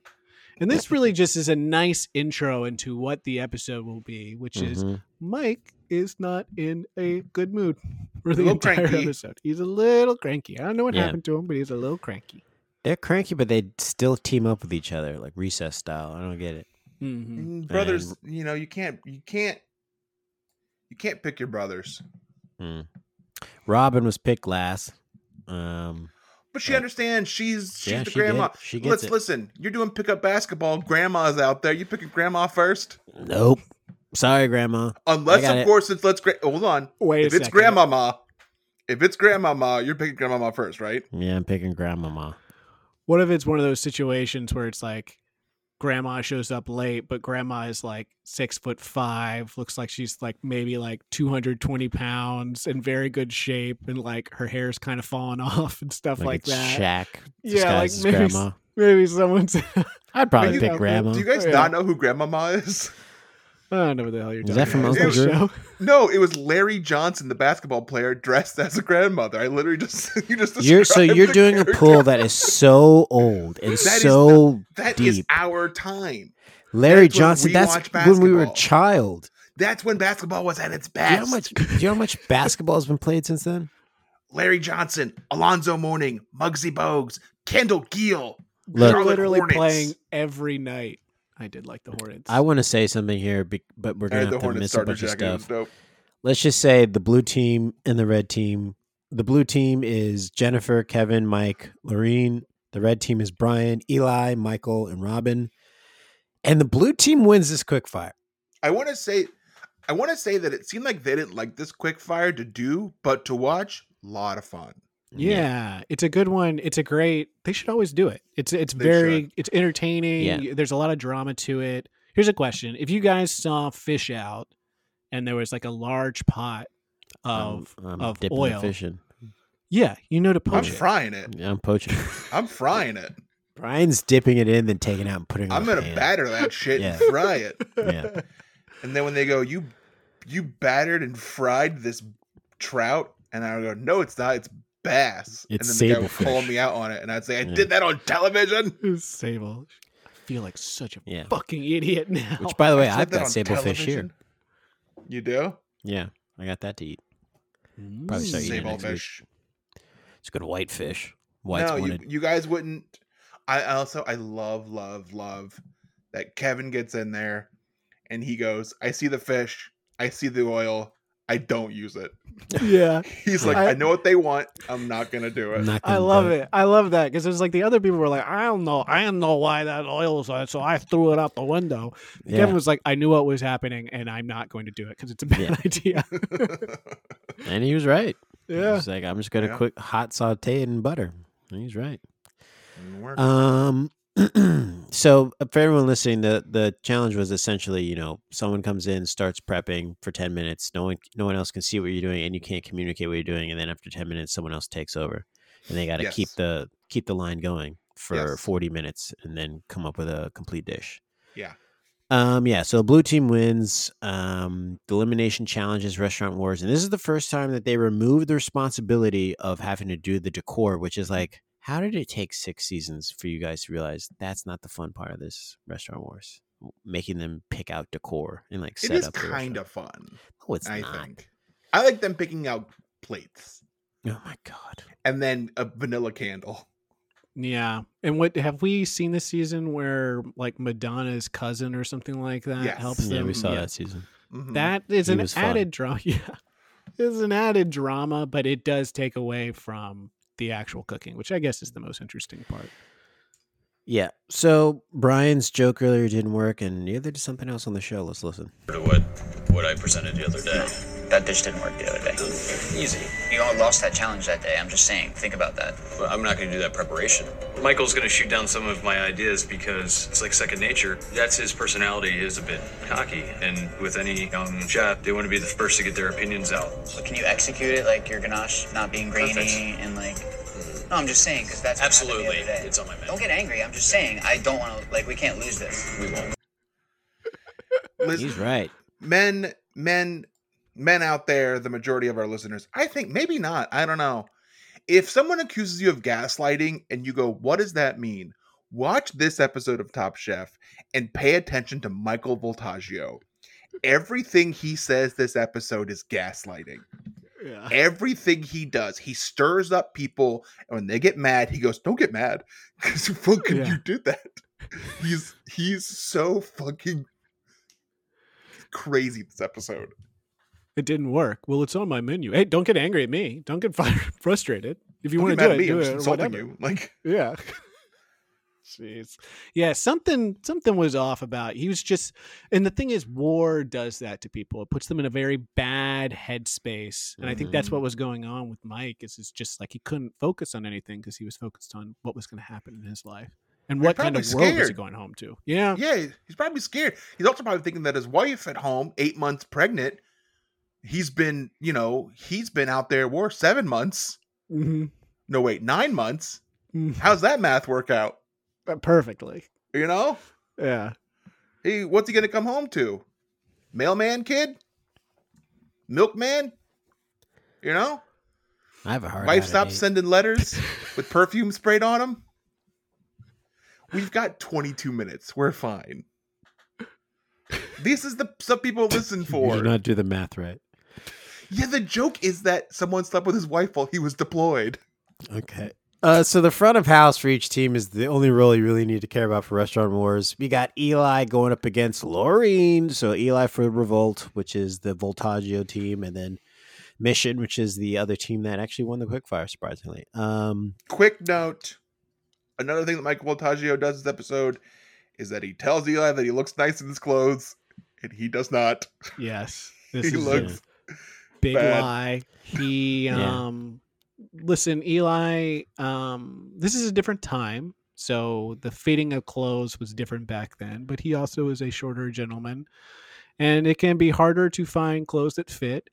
S3: And this really just is a nice intro into what the episode will be, which is
S2: Mm-hmm.
S3: Mike is not in a good mood for the
S4: little
S3: entire
S4: cranky.
S3: episode. He's a little cranky. I don't know what
S2: Yeah.
S3: happened to him, but he's a little cranky.
S2: They're cranky, but they still team up with each other, like recess style. I don't get it.
S3: Mm-hmm.
S4: Mm, Brothers, you know, you can't you can't you can't pick your brothers.
S2: Hmm. Robin was picked last. Um,
S4: But she
S2: Right.
S4: understands she's she's
S2: Yeah,
S4: the
S2: she get it.
S4: grandma.
S2: She gets
S4: Let's
S2: it.
S4: listen. You're doing pickup basketball. Grandma's out there. You picking grandma first,
S2: nope. Sorry, Grandma.
S4: unless
S2: got
S4: of
S2: it.
S4: course it's let's. Gra- hold on.
S3: Wait a
S4: if it's
S3: second.
S4: grandmama, if it's grandmama, you're picking grandmama first, right?
S2: Yeah, I'm picking Grandmama.
S3: What if it's one of those situations where it's like grandma shows up late, but grandma is like six foot five, looks like she's like maybe like 220 pounds in very good shape, and like her hair's kind of falling off and stuff
S2: Like,
S3: like,
S2: it's
S3: that.
S2: Shaq.
S3: Yeah, like
S2: disguised as
S3: maybe,
S2: Grandma.
S3: maybe someone's. I
S2: I'd probably
S4: you
S2: pick
S3: know,
S2: Grandma.
S4: Do you guys
S3: Oh, yeah.
S4: not know who grandmama is?
S3: don't know what the hell you're
S2: Is
S3: talking
S2: that from
S3: about.
S4: Uncle
S3: Is that a
S2: Drew?
S3: show?
S4: No, it was Larry Johnson, the basketball player, dressed as a grandmother. I literally just you just
S2: You're so
S4: described
S2: you're
S4: the
S2: doing a
S4: character.
S2: pool that is so old and
S4: That is
S2: so
S4: That is
S2: deep.
S4: our time.
S2: Larry
S4: that's when
S2: Johnson.
S4: we
S2: That's
S4: watched
S2: when we were a
S4: basketball.
S2: child.
S4: That's when basketball was at its
S2: Do you
S4: best.
S2: know how much? Do you know how much basketball has been played since then?
S4: Larry Johnson, Alonzo Mourning, Muggsy Bogues, Kendall Gill.
S2: Look,
S3: They're
S4: Charlotte
S3: literally
S4: Hornets.
S3: playing every night. I did like the Hornets.
S2: I want to say something here, be- but we're
S4: I
S2: gonna
S4: had
S2: have
S4: the
S2: to
S4: Hornets
S2: miss a
S4: starter
S2: bunch of
S4: jacket. It was
S2: stuff.
S4: dope.
S2: Let's just say the blue team and the red team. The blue team is Jennifer, Kevin, Mike, Lorene. The red team is Brian, Eli, Michael, and Robin. And the blue team wins this quick fire.
S4: I want to say, I want to say that it seemed like they didn't like this quick fire to do, but to watch, lot of fun.
S3: yeah, it's a good one. It's a great. They should always do it. It's it's
S4: They
S3: very
S4: should.
S3: it's entertaining.
S2: Yeah.
S3: You- There's a lot of drama to it. Here's a question: If you guys saw fish out, and there was like a large pot of
S2: I'm, I'm
S3: of
S2: dipping the
S3: oil,
S2: fish in.
S3: yeah, you know to
S4: I'm
S3: poach it.
S4: frying it.
S2: Yeah, I'm poaching.
S4: I'm frying it.
S2: Brian's dipping it in, then taking it out and putting. it
S4: I'm
S2: in
S4: gonna batter that shit and
S2: Yeah.
S4: fry it.
S2: Yeah.
S4: And then when they go, you, you battered and fried this trout, and I go, no, it's not. It's bass.
S2: It's
S4: and then the guy would
S2: sablefish.
S4: call me out on it, and I'd say, I
S2: Yeah.
S4: did that on television.
S3: It's Sable. I feel like such a
S2: Yeah.
S3: fucking idiot now.
S2: Which, by the way,
S4: I said
S2: I've
S4: that
S2: got
S4: on
S2: sable fish here.
S4: television. You do
S2: Yeah, I got that to eat. probably start eating it
S4: sable
S2: next week.
S4: fish.
S2: It's good white fish. White's
S4: no, you,
S2: wanted.
S4: you guys wouldn't. I I also I love love love that Kevin gets in there and he goes, "I see the fish, I see the oil, I don't use it."
S3: yeah.
S4: He's like, "I,
S3: I-
S4: know what they want, I'm not gonna do
S2: I'm
S4: it."
S2: not
S3: I
S2: gonna
S3: love
S2: go-
S3: it. I love that because it was like the other people were like, I don't know, I don't know why that oil was on, so I threw it out the window.
S2: Yeah.
S3: Kevin was like, I knew what was happening, and I'm not going to do it because it's a bad
S2: Yeah.
S3: idea.
S2: And he was right.
S3: Yeah.
S2: He's like, I'm just gonna
S4: Yeah.
S2: quick hot saute it in butter. And he's right.
S4: Didn't work.
S2: Um, so uh, for everyone listening, the the challenge was essentially, you know, someone comes in, starts prepping for ten minutes. No one, no one else can see what you're doing, and you can't communicate what you're doing. And then after ten minutes, someone else takes over, and they got to keep
S4: Yes.
S2: the keep the line going for
S4: Yes.
S2: forty minutes, and then come up with a complete dish.
S4: yeah.
S2: Um, yeah, so blue team wins. Um, the elimination challenges, restaurant wars, and this is the first time that they removed the responsibility of having to do the decor, which is like, how did it take six seasons for you guys to realize that's not the fun part of this restaurant wars? Making them pick out decor and like
S4: It
S2: set
S4: is
S2: up. the restaurant.
S4: kind of fun,
S2: No, it's
S4: I
S2: not.
S4: think. I like them picking out plates
S2: Oh my god.
S4: and then a vanilla candle.
S3: Yeah. And what have we seen this season where like Madonna's cousin or something like that
S4: Yes.
S3: helps
S2: Yeah,
S3: them?
S2: we saw
S3: Yeah.
S2: that season.
S4: Mhm.
S3: That is
S2: He
S3: an
S2: was fun.
S3: added drama. Yeah. It's an added drama, but it does take away from the actual cooking, which I guess is the most interesting part.
S2: Yeah. So Brian's joke earlier didn't work, and neither did something else on the show. Let's listen.
S6: to what what I presented the other day.
S5: That dish didn't work the other day.
S6: Easy.
S5: You all lost that challenge that day. I'm just saying. Think about that.
S6: But I'm not going to do that preparation.
S8: Michael's going to shoot down some of my ideas because it's like second nature. That's his personality. He is a bit cocky, and with any young chef, they want to be the first to get their opinions out.
S5: But can you execute it like your ganache not being grainy
S6: Perfect.
S5: and like? No, I'm just saying because that's what happened
S6: Absolutely,
S5: The other day.
S6: it's on my menu.
S5: Don't get angry. I'm just saying I don't want to. Like we can't lose this.
S6: We won't.
S4: Listen,
S2: He's right.
S4: men, men, men out there, the majority of our listeners, I think maybe not. I don't know. If someone accuses you of gaslighting and you go, what does that mean? Watch this episode of Top Chef and pay attention to Michael Voltaggio. Everything he says this episode is gaslighting.
S3: Yeah.
S4: Everything he does, he stirs up people, and when they get mad, he goes, "Don't get mad, because fucking
S3: Yeah.
S4: you did that." He's he's so fucking crazy this episode.
S3: It didn't work. Well, it's on my menu. Hey, don't get angry at me. Don't get fi- frustrated. If you
S4: Don't
S3: want
S4: get
S3: to do
S4: mad at
S3: it,
S4: me,
S3: do
S4: I'm
S3: it.
S4: just
S3: or
S4: insulting
S3: whatever.
S4: you. Like
S3: Yeah. Jeez. Yeah, something something was off about. He was just and the thing is war does that to people. It puts them in a very bad headspace. And I think that's what
S4: Mm-hmm.
S3: was going on with Mike is it's just like he couldn't focus on anything because he was focused on what was going to happen in his life. And
S4: They're
S3: what kind of
S4: probably
S3: world was he
S4: scared.
S3: going home to? Yeah.
S4: Yeah, he- he's probably scared. He's also probably thinking that his wife at home, eight months pregnant, he's been, you know, he's been out there at war seven months.
S3: Mhm.
S4: No, wait, nine months.
S3: Mm.
S4: How's that math work out?
S3: Uh, Perfectly.
S4: You know,
S3: Yeah.
S4: he what's he gonna come home to? Mailman kid, milkman. You know,
S2: I have a hard
S4: wife
S2: out of
S4: stops
S2: date.
S4: sending letters with perfume sprayed on them. We've got 22 minutes. We're fine. This is the stuff people listen for.
S2: You did not do the math right.
S4: Yeah, the joke is that someone slept with his wife while he was deployed.
S2: Okay. Uh, so the front of house for each team is the only role you really need to care about for Restaurant Wars. We got Eli going up against Laureen. So Eli for Revolt, which is the Voltaggio team, and then Mission, which is the other team that actually won the quickfire, surprisingly. Um,
S4: Quick note another thing that Michael Voltaggio does this episode is that he tells Eli that he looks nice in his clothes, and he does not.
S3: Yes. This
S4: he
S3: is
S2: looked
S3: a
S4: looks.
S3: big
S4: bad.
S3: lie. He
S2: Yeah.
S3: um listen, Eli, um this is a different time. So the fitting of clothes was different back then, but he also is a shorter gentleman. And it can be harder to find clothes that fit.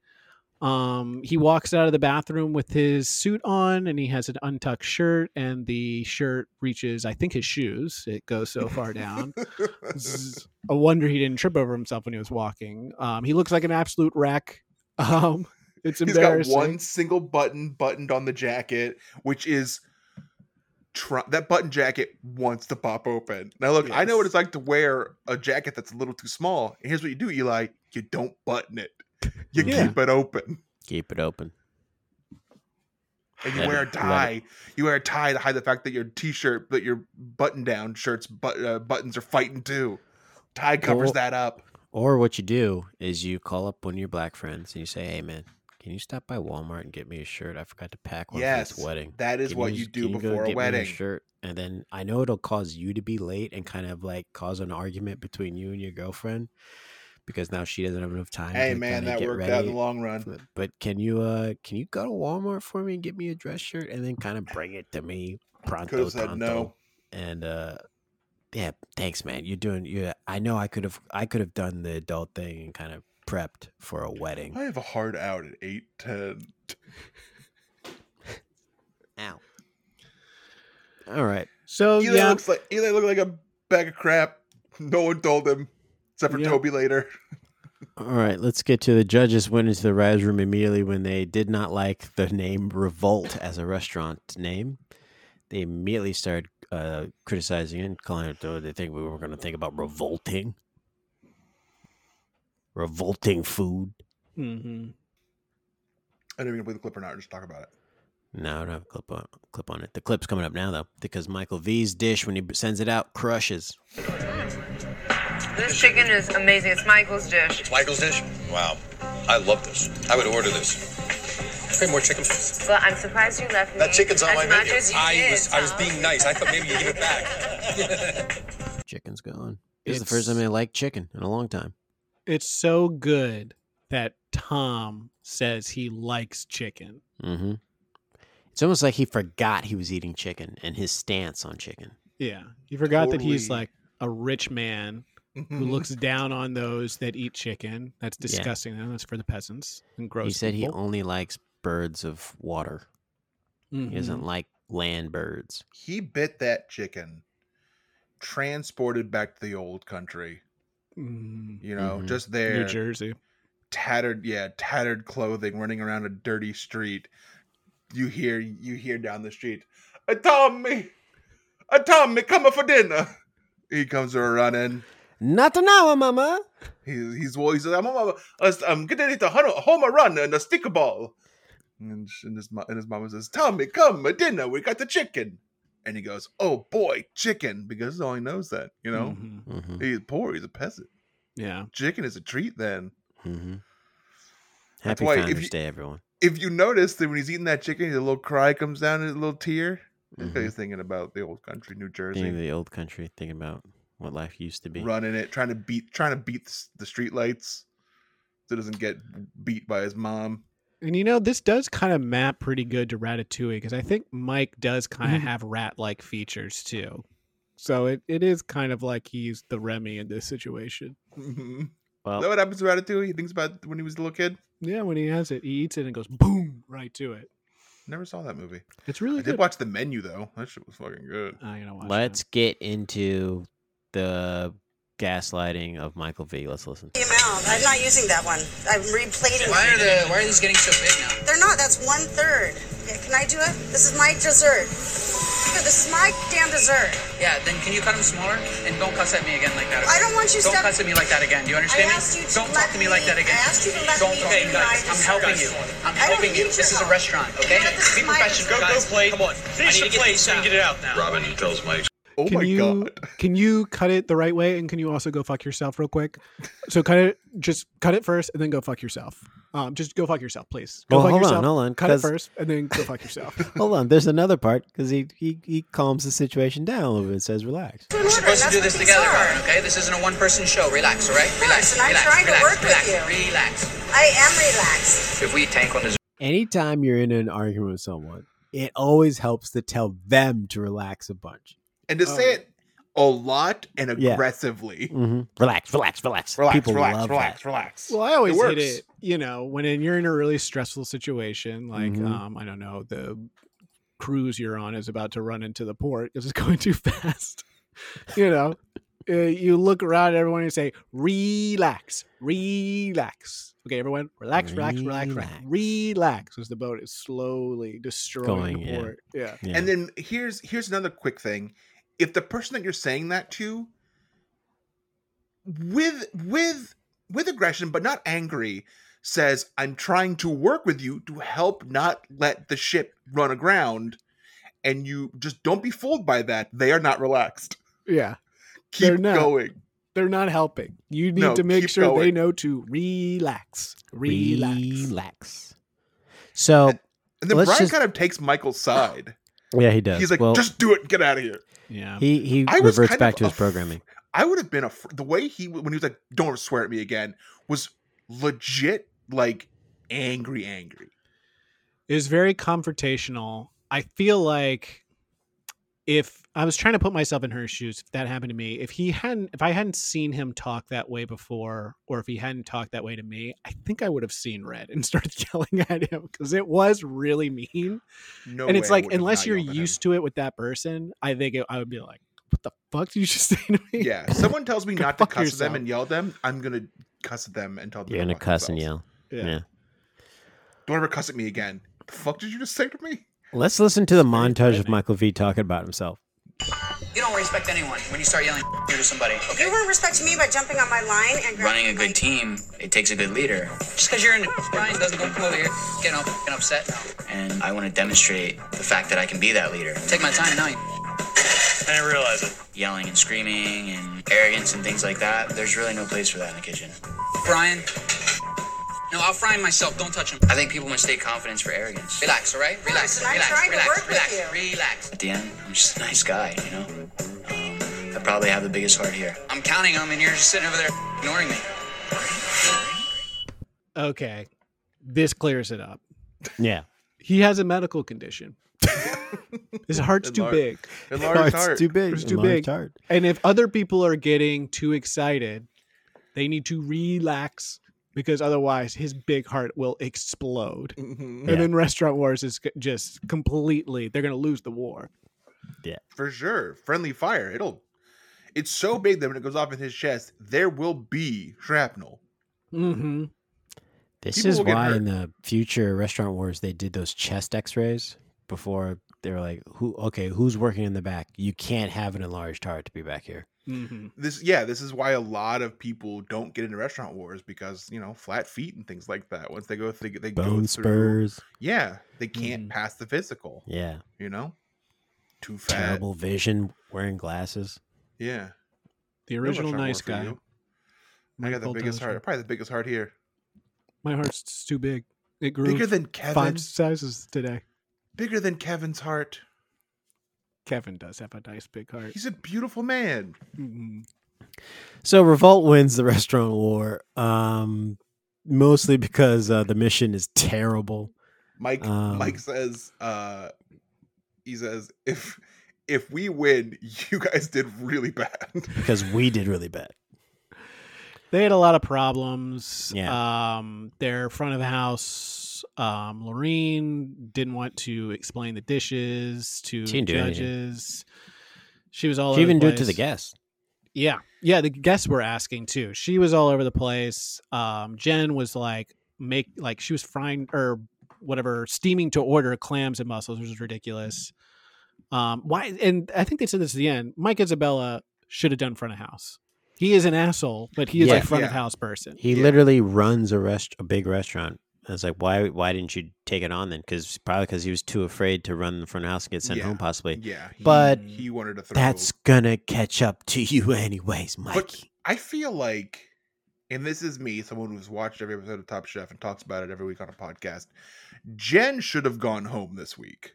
S3: Um he walks out of the bathroom with his suit on and he has an untucked shirt and the shirt reaches I think his shoes. It goes so far down. It's a wonder he didn't trip over himself when he was walking. Um, he looks like an absolute wreck. Um, it's
S4: He's got
S3: embarrassing.
S4: one single button buttoned on the jacket, which is try- that button jacket wants to pop open. Now, look, I know what
S3: Yes.
S4: it's like to wear a jacket that's a little too small. And here's what you do, Eli: you don't button it, you
S3: Yeah.
S4: keep it open.
S2: keep it open.
S4: and you
S2: Let
S4: wear a
S2: it- let it-
S4: tie. You wear a tie to hide the fact that your t-shirt, that your button-down shirts, but, uh, buttons are fighting too. Tie covers
S2: Well-
S4: that up.
S2: Or what you do is you call up one of your black friends and you say, "Hey, man, can you stop by Walmart and get me a shirt? I forgot to pack one
S4: Yes,
S2: for this wedding."
S4: that is
S2: Can
S4: what
S2: s-
S4: you do
S2: can go
S4: before
S2: get
S4: a
S2: me
S4: wedding.
S2: shirt, and then I know it'll cause you to be late and kind of like cause an argument between you and your girlfriend. because now she doesn't have enough time.
S4: Hey
S2: to
S4: man,
S2: kinda
S4: that
S2: get
S4: worked out in the
S2: ready.
S4: long run.
S2: But- But can you uh can you go to Walmart for me and get me a dress shirt and then kind of bring it to me pronto
S4: Could have said
S2: tanto.
S4: no.
S2: And uh yeah, thanks man. You're doing you I know I could have I could have done the adult thing and kind of prepped for a wedding.
S4: I have a hard out at eight ten.
S2: Ow. All right.
S3: So
S4: Eli
S3: Oh, yeah,
S4: looks like Eli looked like a bag of crap. No one told him, except for
S3: Yeah.
S4: Toby later.
S2: All right, let's get to the judges went into the Raz room immediately when they did not like the name Revolt as a restaurant name. They immediately started uh, criticizing it, and calling it. Oh, they think we were going to think about revolting, revolting food.
S3: hmm
S4: I don't even play the clip or not. Just talk about it.
S2: No, I don't have a clip on clip on it. The clip's coming up now though, because Michael V's dish when he b- sends it out crushes.
S7: This chicken is amazing. It's Michael's dish.
S6: Michael's dish? Wow. I love this. I would order this. Let's get more chicken.
S7: But I'm surprised you left me
S6: That chicken's on
S7: as
S6: my
S7: much
S6: menu.
S7: as you
S6: I
S7: did,
S6: was I was
S7: Tom.
S6: being nice. I thought maybe you give it back.
S2: Chicken's gone. This is the first time I liked chicken in a long time.
S3: it's so good that Tom says he likes chicken.
S2: Mm-hmm. It's almost like he forgot he was eating chicken and his stance on chicken.
S3: Yeah, you forgot that he's
S4: Totally.
S3: like a rich man who
S4: Mhm.
S3: looks down on those that eat chicken. That's
S2: Yeah.
S3: disgusting. and That's for the peasants and gross.
S2: he said he
S3: people.
S2: only likes birds of water.
S4: Mm-hmm.
S2: He doesn't
S3: Mhm.
S2: like land birds.
S4: He bit that chicken, transported back to the old country.
S3: Mhm.
S4: You know,
S2: Mhm.
S4: just
S3: New
S4: there,
S3: Jersey.
S4: tattered, yeah, tattered clothing, running around a dirty street. You hear, you hear down the street, a Tommy, a Tommy, come for dinner. He comes running.
S2: Not an hour, mama.
S4: He's he's well, he's I'm I'm, I'm, I'm getting into a home run and a stick ball. And, sh- and his mo- and his mama says, "Tommy, come a dinner. We got the chicken." And he goes, "Oh boy, chicken!" Because all he knows that you know
S3: Mhm.
S2: Mm-hmm.
S4: he's poor. He's a peasant.
S3: Yeah.
S4: Chicken is a treat. Then
S2: Mm-hmm.
S4: That's
S2: Happy
S4: why if
S2: Founders
S4: you-
S2: Day, everyone.
S4: if you notice that when he's eating that chicken, a little cry comes down, a little tear. That's 'cause
S2: Mhm.
S4: He's thinking about the old country,
S2: Being
S4: New
S2: in
S4: Jersey,
S2: the old country, thinking about what life used to be.
S4: running it, trying to beat, trying to beat the s- the street lights, so he doesn't get beat by his mom.
S3: And you know, this does kind of map pretty good to Ratatouille because I think Mike does kind
S2: Mm-hmm.
S3: of have rat like features too. So it, it is kind of like he's the Remy in this situation.
S4: Mhm.
S2: Well,
S4: Is that what happens to Ratatouille? He thinks about when he was a little kid.
S3: Yeah, when he has it, he eats it and goes boom right to it.
S4: Never saw that movie.
S3: It's
S4: I
S3: really
S4: did
S3: good.
S4: watch the menu though. That shit was fucking good.
S3: I gotta watch that.
S2: let's get into the gaslighting of Michael V. Let's listen.
S9: The amount. I'm not using that one. I'm replating
S6: why
S9: it.
S6: are the why are these getting so big now?
S9: They're not. That's one third. Can I do it? This is my dessert. This is my damn dessert.
S10: Yeah, then can you cut them smaller? And don't cuss at me again like that.
S9: I don't want you
S10: Don't
S9: step-
S10: cuss at me like that again. Do you
S9: I
S10: understand
S9: asked
S10: me?
S9: you to
S10: don't
S9: let
S10: talk to me like that again.
S9: I asked you to let
S10: don't
S9: me
S10: okay,
S9: do my
S10: guys. I'm
S9: dessert.
S10: helping you. I'm
S9: I don't
S10: helping
S9: need
S10: you.
S9: your
S10: This is a
S9: help.
S10: restaurant, okay?
S9: Yeah, this
S10: Be
S9: is my
S10: professional,
S9: dessert.
S10: guys. Come on. Finish I need to get this and get it out now.
S8: Robin tells Mike
S4: Oh
S3: Can
S4: my
S3: you
S4: god.
S3: can you cut it the right way and can you also go fuck yourself real quick? So cut it just cut it first and then go fuck yourself. Um just go fuck yourself, please. Go
S2: Well,
S3: fuck
S2: hold on,
S3: yourself.
S2: hold on,
S3: Cut it
S2: 'cause-
S3: first and then go fuck yourself.
S2: Hold on, there's another part because he, he he calms the situation down a little bit. and Says relax.
S9: We're
S10: We're supposed to do this together, Robin, okay? This isn't a one person show. Relax, all right? Relax.
S9: and I'm
S10: relax,
S9: trying to
S10: relax,
S9: work with
S10: relax,
S9: you.
S10: Relax.
S9: I am relaxed.
S10: If we tank on this
S2: anytime you're in an argument with someone, it always helps to tell them to relax a bunch.
S4: And to say it a lot and
S2: Yeah.
S4: aggressively.
S2: Mm-hmm. Relax, relax, relax.
S4: Relax,
S2: People
S4: relax,
S2: love
S4: relax,
S2: that.
S4: relax.
S3: Well, I always hit
S4: works.
S3: it, you know, when in, you're in a really stressful situation, like
S4: Mm-hmm.
S2: Mhm.
S3: um, I don't know, the cruise you're on is about to run into the port because it's going too fast. you know, uh, you look around at everyone and say, "Relax, relax." Okay, everyone, relax, relax, relax, relax,
S2: Relax.
S3: relax, as the boat is slowly destroying
S2: Going,
S3: the
S2: yeah.
S3: port. Yeah.
S2: Yeah.
S4: And then here's here's another quick thing. If the person that you're saying that to with with with aggression but not angry says I'm trying to work with you to help not let the ship run aground and you just don't be fooled by that. They are not relaxed.
S3: yeah, They're
S4: Keep
S3: not.
S4: going.
S3: they're not helping. You need
S4: No,
S3: to make
S4: keep
S3: sure they
S4: going.
S3: know to relax, relax.
S2: relax. So
S4: And then
S2: Let's
S4: Brian
S2: just-
S4: kind of takes Michael's side.
S2: Yeah, he does.
S4: He's like,
S2: well,
S4: just do it, get out of here.
S3: Yeah.
S2: he he
S4: I was
S2: reverts
S4: kind
S2: back
S4: of
S2: to his
S4: af-
S2: programming.
S4: I would have been a the way he when he was like, "Don't swear at me again," was legit like angry, angry.
S3: It was very confrontational. I feel like if I was trying to put myself in her shoes, if that happened to me, if he hadn't, if I hadn't seen him talk that way before, or if he hadn't talked that way to me, I think I would have seen red and started yelling at him because it was really mean.
S4: No,
S3: and it's
S4: way I
S3: like,
S4: would have
S3: unless
S4: not
S3: you're
S4: yelled at him.
S3: used to it with that person, I think it, I would be like, "What the fuck did you just say to me?"
S4: yeah, someone tells me
S3: Go
S4: not to
S3: fuck
S4: cuss at
S3: yourself.
S4: them and yell at them. I'm gonna cuss at them and tell them
S2: You're
S4: to
S2: gonna
S4: fuck
S2: cuss and
S4: themselves.
S2: yell. yeah.
S4: Don't ever cuss at me again. The fuck did you just say to me?
S2: Let's listen to the montage of Michael V talking about himself.
S10: You don't respect anyone when you start yelling here to somebody, okay?
S9: You weren't respecting me by jumping on my line and grabbing
S5: Running a good team, it takes a good leader.
S10: Just because you're in Ryan doesn't go come over here getting all fucking upset. No.
S5: And I want to demonstrate the fact that I can be that leader.
S10: Take my time now. you-
S8: I didn't realize it.
S5: Yelling and screaming and arrogance and things like that, Uh, there's really no place for that in the kitchen.
S10: Brian. No, I'll fry him myself. Don't touch him.
S5: I think people mistake confidence for arrogance.
S10: Relax, all right? Relax.
S9: Listen, I'm
S10: relax,
S9: trying to
S10: relax,
S9: work with
S10: relax,
S9: you.
S10: relax.
S5: At the end, I'm just a nice guy, you know? Um, I probably have the biggest heart here.
S10: I'm counting on him, and you're just sitting over there ignoring me.
S3: Okay, this clears it up.
S2: Yeah.
S3: He has a medical condition. His heart's too
S4: Enlar-
S3: big.
S4: Enlarged heart.
S2: too big.
S3: It's too
S2: Enlarged
S3: big.
S2: heart.
S3: And if other people are getting too excited, they need to relax because otherwise his big heart will explode.
S4: Mhm.
S2: Yeah.
S3: And then Restaurant Wars is c- just completely, they're going to lose the war.
S4: for sure. Friendly fire. It'll. It's so big that when it goes off in his chest, there will be shrapnel.
S3: Mm-hmm.
S2: This
S4: People
S2: is
S4: will get
S2: why
S4: hurt.
S2: in the future restaurant wars they did those chest X-rays before they were like, "Who? Okay, who's working in the back? You can't have an enlarged heart to be back here."
S3: Mm-hmm.
S4: This, yeah, this is why a lot of people don't get into restaurant wars because you know flat feet and things like that. Once they go through, they go
S2: Bone
S4: through.
S2: spurs.
S4: Yeah, they can't
S3: Mhm.
S4: pass the physical.
S2: Yeah.
S4: You know, too fat.
S2: Terrible vision. Wearing glasses.
S4: Yeah.
S3: The
S4: No
S3: original
S4: restaurant war
S3: nice
S4: for
S3: guy.
S4: you. I got the
S3: Michael
S4: biggest
S3: Donovan.
S4: heart. Probably the biggest heart here.
S3: My heart's just too big. It grew
S4: Bigger than Kevin.
S3: five sizes today.
S4: Bigger than Kevin's heart.
S3: Kevin does have a nice big heart.
S4: He's a beautiful man.
S3: Mhm.
S2: So Revolt wins the restaurant war, um, mostly because uh, the mission is terrible.
S4: Mike
S2: Um,
S4: Mike says uh he says if if we win, you guys did really bad.
S2: Because we did really bad.
S3: They had a lot of problems.
S2: Yeah.
S3: Um, their front of the house, um, Lorene didn't want to explain the dishes to
S2: She didn't do anything.
S3: judges. She was all
S2: She
S3: over
S2: even
S3: the
S2: do
S3: place.
S2: it to the guests.
S3: Yeah. Yeah. The guests were asking too. She was all over the place. Um, Jen was like, make, like, she was frying or whatever, steaming to order clams and mussels, which is ridiculous. Um, why? And I think they said this at the end. Mike Isabella should have done front of house. He is an asshole, but he is
S2: Yeah.
S3: a front of
S4: Yeah.
S3: house person.
S2: He
S4: Yeah.
S2: literally runs a rest a big restaurant. I was like, why why didn't you take it on then? Because probably because he was too afraid to run in front of the house and get sent
S4: Yeah.
S2: home possibly.
S4: yeah. He,
S2: But
S4: he wanted to throw
S2: That's gonna catch up to you anyways, Mike.
S4: I feel like and this is me, someone who's watched every episode of Top Chef and talks about it every week on a podcast. Jen should have gone home this week.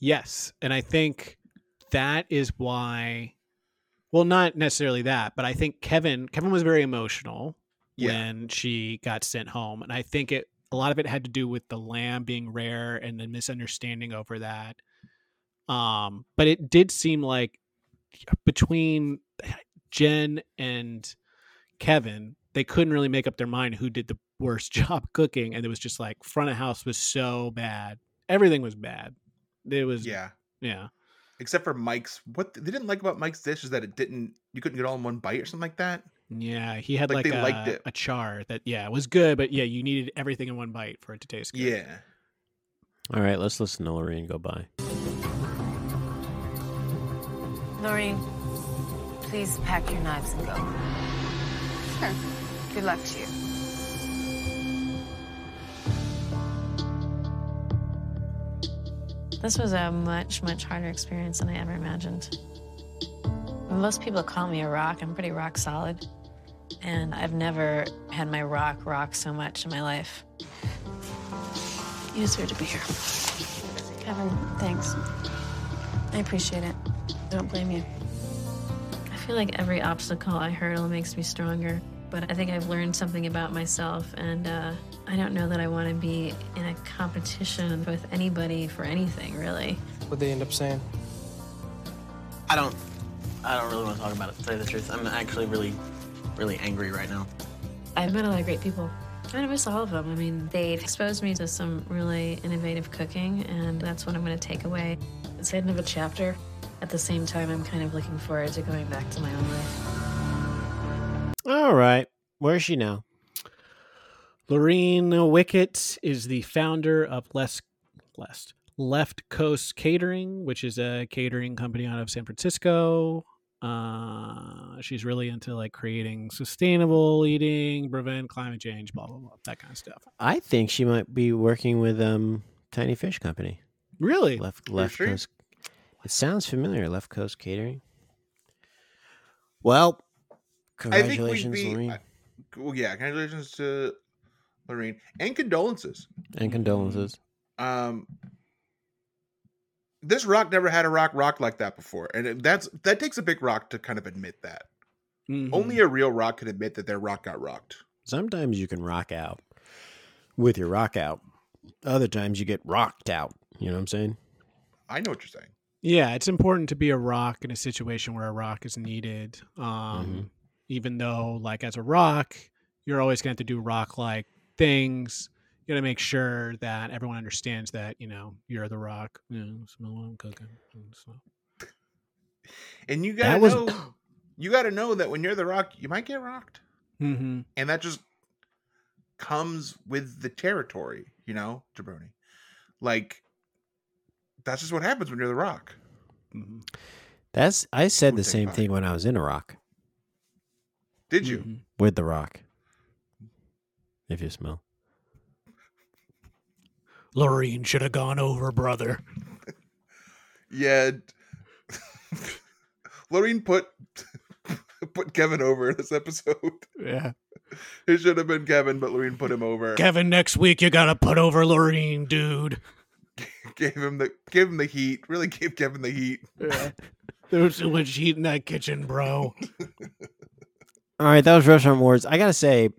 S3: Yes. And I think that is why, well, not necessarily that, but I think Kevin, Kevin was very emotional
S4: Yeah.
S3: when she got sent home. And I think it, a lot of it had to do with the lamb being rare and the misunderstanding over that. Um, but it did seem like between Jen and Kevin, they couldn't really make up their mind who did the worst job cooking. And it was just like front of house was so bad. Everything was bad. It was
S4: Yeah.
S3: yeah.
S4: Except for Mike's what they didn't like about Mike's dish is that it didn't you couldn't get all in one bite or something like that.
S3: Yeah. He had
S4: Like,
S3: like,
S4: they
S3: a,
S4: liked it.
S3: a char that, yeah, it was good, but yeah, you needed everything in one bite for it to taste good.
S4: Yeah.
S2: All right, let's listen to Lorraine go by.
S11: Lorraine, please pack your knives and go.
S9: Sure.
S11: Good luck to you.
S12: This was a much, much harder experience than I ever imagined. Most people call me a rock. I'm pretty rock solid. And I've never had my rock rock so much in my life. Use her to be here. Kevin, thanks. I appreciate it. I don't blame you. I feel like every obstacle I hurdle makes me stronger, but I think I've learned something about myself, and uh, I don't know that I want to be in a competition with anybody for anything, really.
S13: What'd they end up saying?
S14: I don't. I don't really want to talk about it. To tell you the truth, I'm actually really, really angry right now.
S12: I've met a lot of great people. I miss all of them. I mean, they've exposed me to some really innovative cooking, and that's what I'm going to take away. It's the end of a chapter. At the same time, I'm kind of looking forward to going back to my own life.
S2: All right. Where is she now?
S3: Lorene Wickett is the founder of Less, Less Left Coast Catering, which is a catering company out of San Francisco. Uh, she's really into like creating sustainable eating, prevent climate change, blah blah blah, that kind of stuff.
S2: I think she might be working with um Tiny Fish Company.
S3: Really?
S2: Left Left Coast. It sounds familiar. Left Coast Catering. Well, congratulations, Lorene,
S4: I- well, yeah, congratulations to Lorraine and condolences.
S2: and condolences.
S4: Um, this rock never had a rock rock like that before, and it- that's that takes a big rock to kind of admit that.
S3: Mm-hmm.
S4: Only
S3: Mm.
S4: a real rock can admit that their rock got rocked.
S2: Sometimes you can rock out with your rock out. Other times you get rocked out. You know what I'm saying?
S4: I know what you're saying.
S3: Yeah, it's important to be a rock in a situation where a rock is needed. Um, Even though, like, as a rock, you're always going to have to do rock like things. You got to make sure that everyone understands that, you know, you're the rock. You know, smell what I'm cooking. and so-
S4: And you gotta
S3: That was-
S4: know, you gotta know that when you're the rock, you might get rocked,
S3: Mm-hmm.
S4: and that just comes with the territory. You know, jabroni. Like that's just what happens when you're the rock.
S2: That's I said the same thing when I was in Iraq
S4: Did you?
S3: Mm-hmm.
S2: with the rock. If you smell.
S3: Lorraine should have gone over, brother.
S4: Yeah. Lorraine put put Kevin over in this episode.
S3: Yeah.
S4: It should have been Kevin, but Lorraine put him over.
S3: Kevin, next week you got to put over Lorraine, dude.
S4: gave him the gave him the heat. Really gave Kevin the heat.
S3: There was so much heat in that kitchen, bro.
S2: All right, that was Restaurant Wars. I gotta say,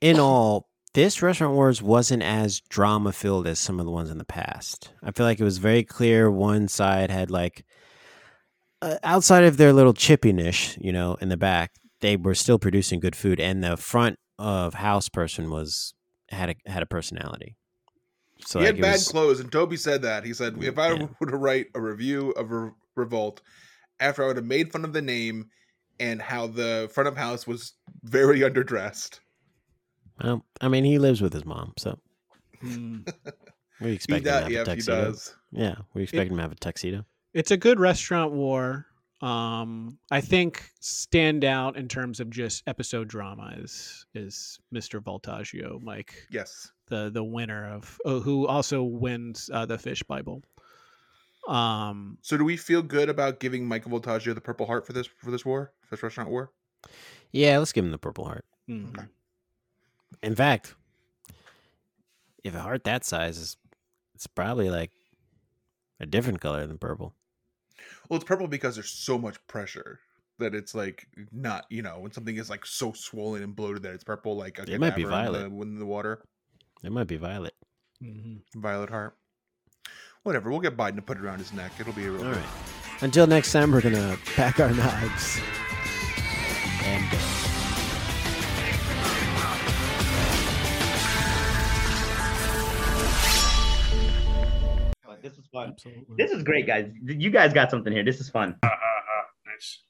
S2: in all, this Restaurant Wars wasn't as drama filled as some of the ones in the past. I feel like it was very clear one side had like, uh, outside of their little chippiness, you know, in the back, they were still producing good food, and the front of house person was had a had a personality. So
S4: he
S2: like,
S4: had
S2: it
S4: bad
S2: was-
S4: clothes, and Toby said that. He said, if I were to write a review of Re- Revolt, after I would have made fun of the name and how the front of house was very underdressed.
S2: well, I mean, he lives with his mom, so
S3: Hmm,
S2: we expect him
S4: does-
S2: to have
S4: yep,
S2: a
S4: he
S2: tuxedo.
S4: does.
S2: Yeah, we expect him to have a tuxedo.
S3: it's a good restaurant war. Um, I think stand out in terms of just episode drama is is Mr. Voltaggio, Mike.
S4: Yes,
S3: the the winner of oh, who also wins uh, the Fish Bible. Um,
S4: So do we feel good about giving Michael Voltaggio the Purple Heart for this for this war, for this restaurant war?
S2: Yeah, let's give him the Purple Heart.
S3: Mhm.
S2: In fact, if a heart that size is, it's probably like a different color than purple.
S4: Well, it's purple because there's so much pressure that it's like not you know when something is like so swollen and bloated that it's purple like a
S2: It might be
S4: cadaver in
S2: violet.
S4: the, in the water.
S2: It might be violet.
S4: Violet heart. Whatever. We'll get Biden to put it around his neck. It'll be real.
S2: All right. Until next time, we're gonna pack our knives and. go.
S15: This was fun. This is great, guys. You guys got something here. This is fun.
S16: Uh, uh, uh, nice.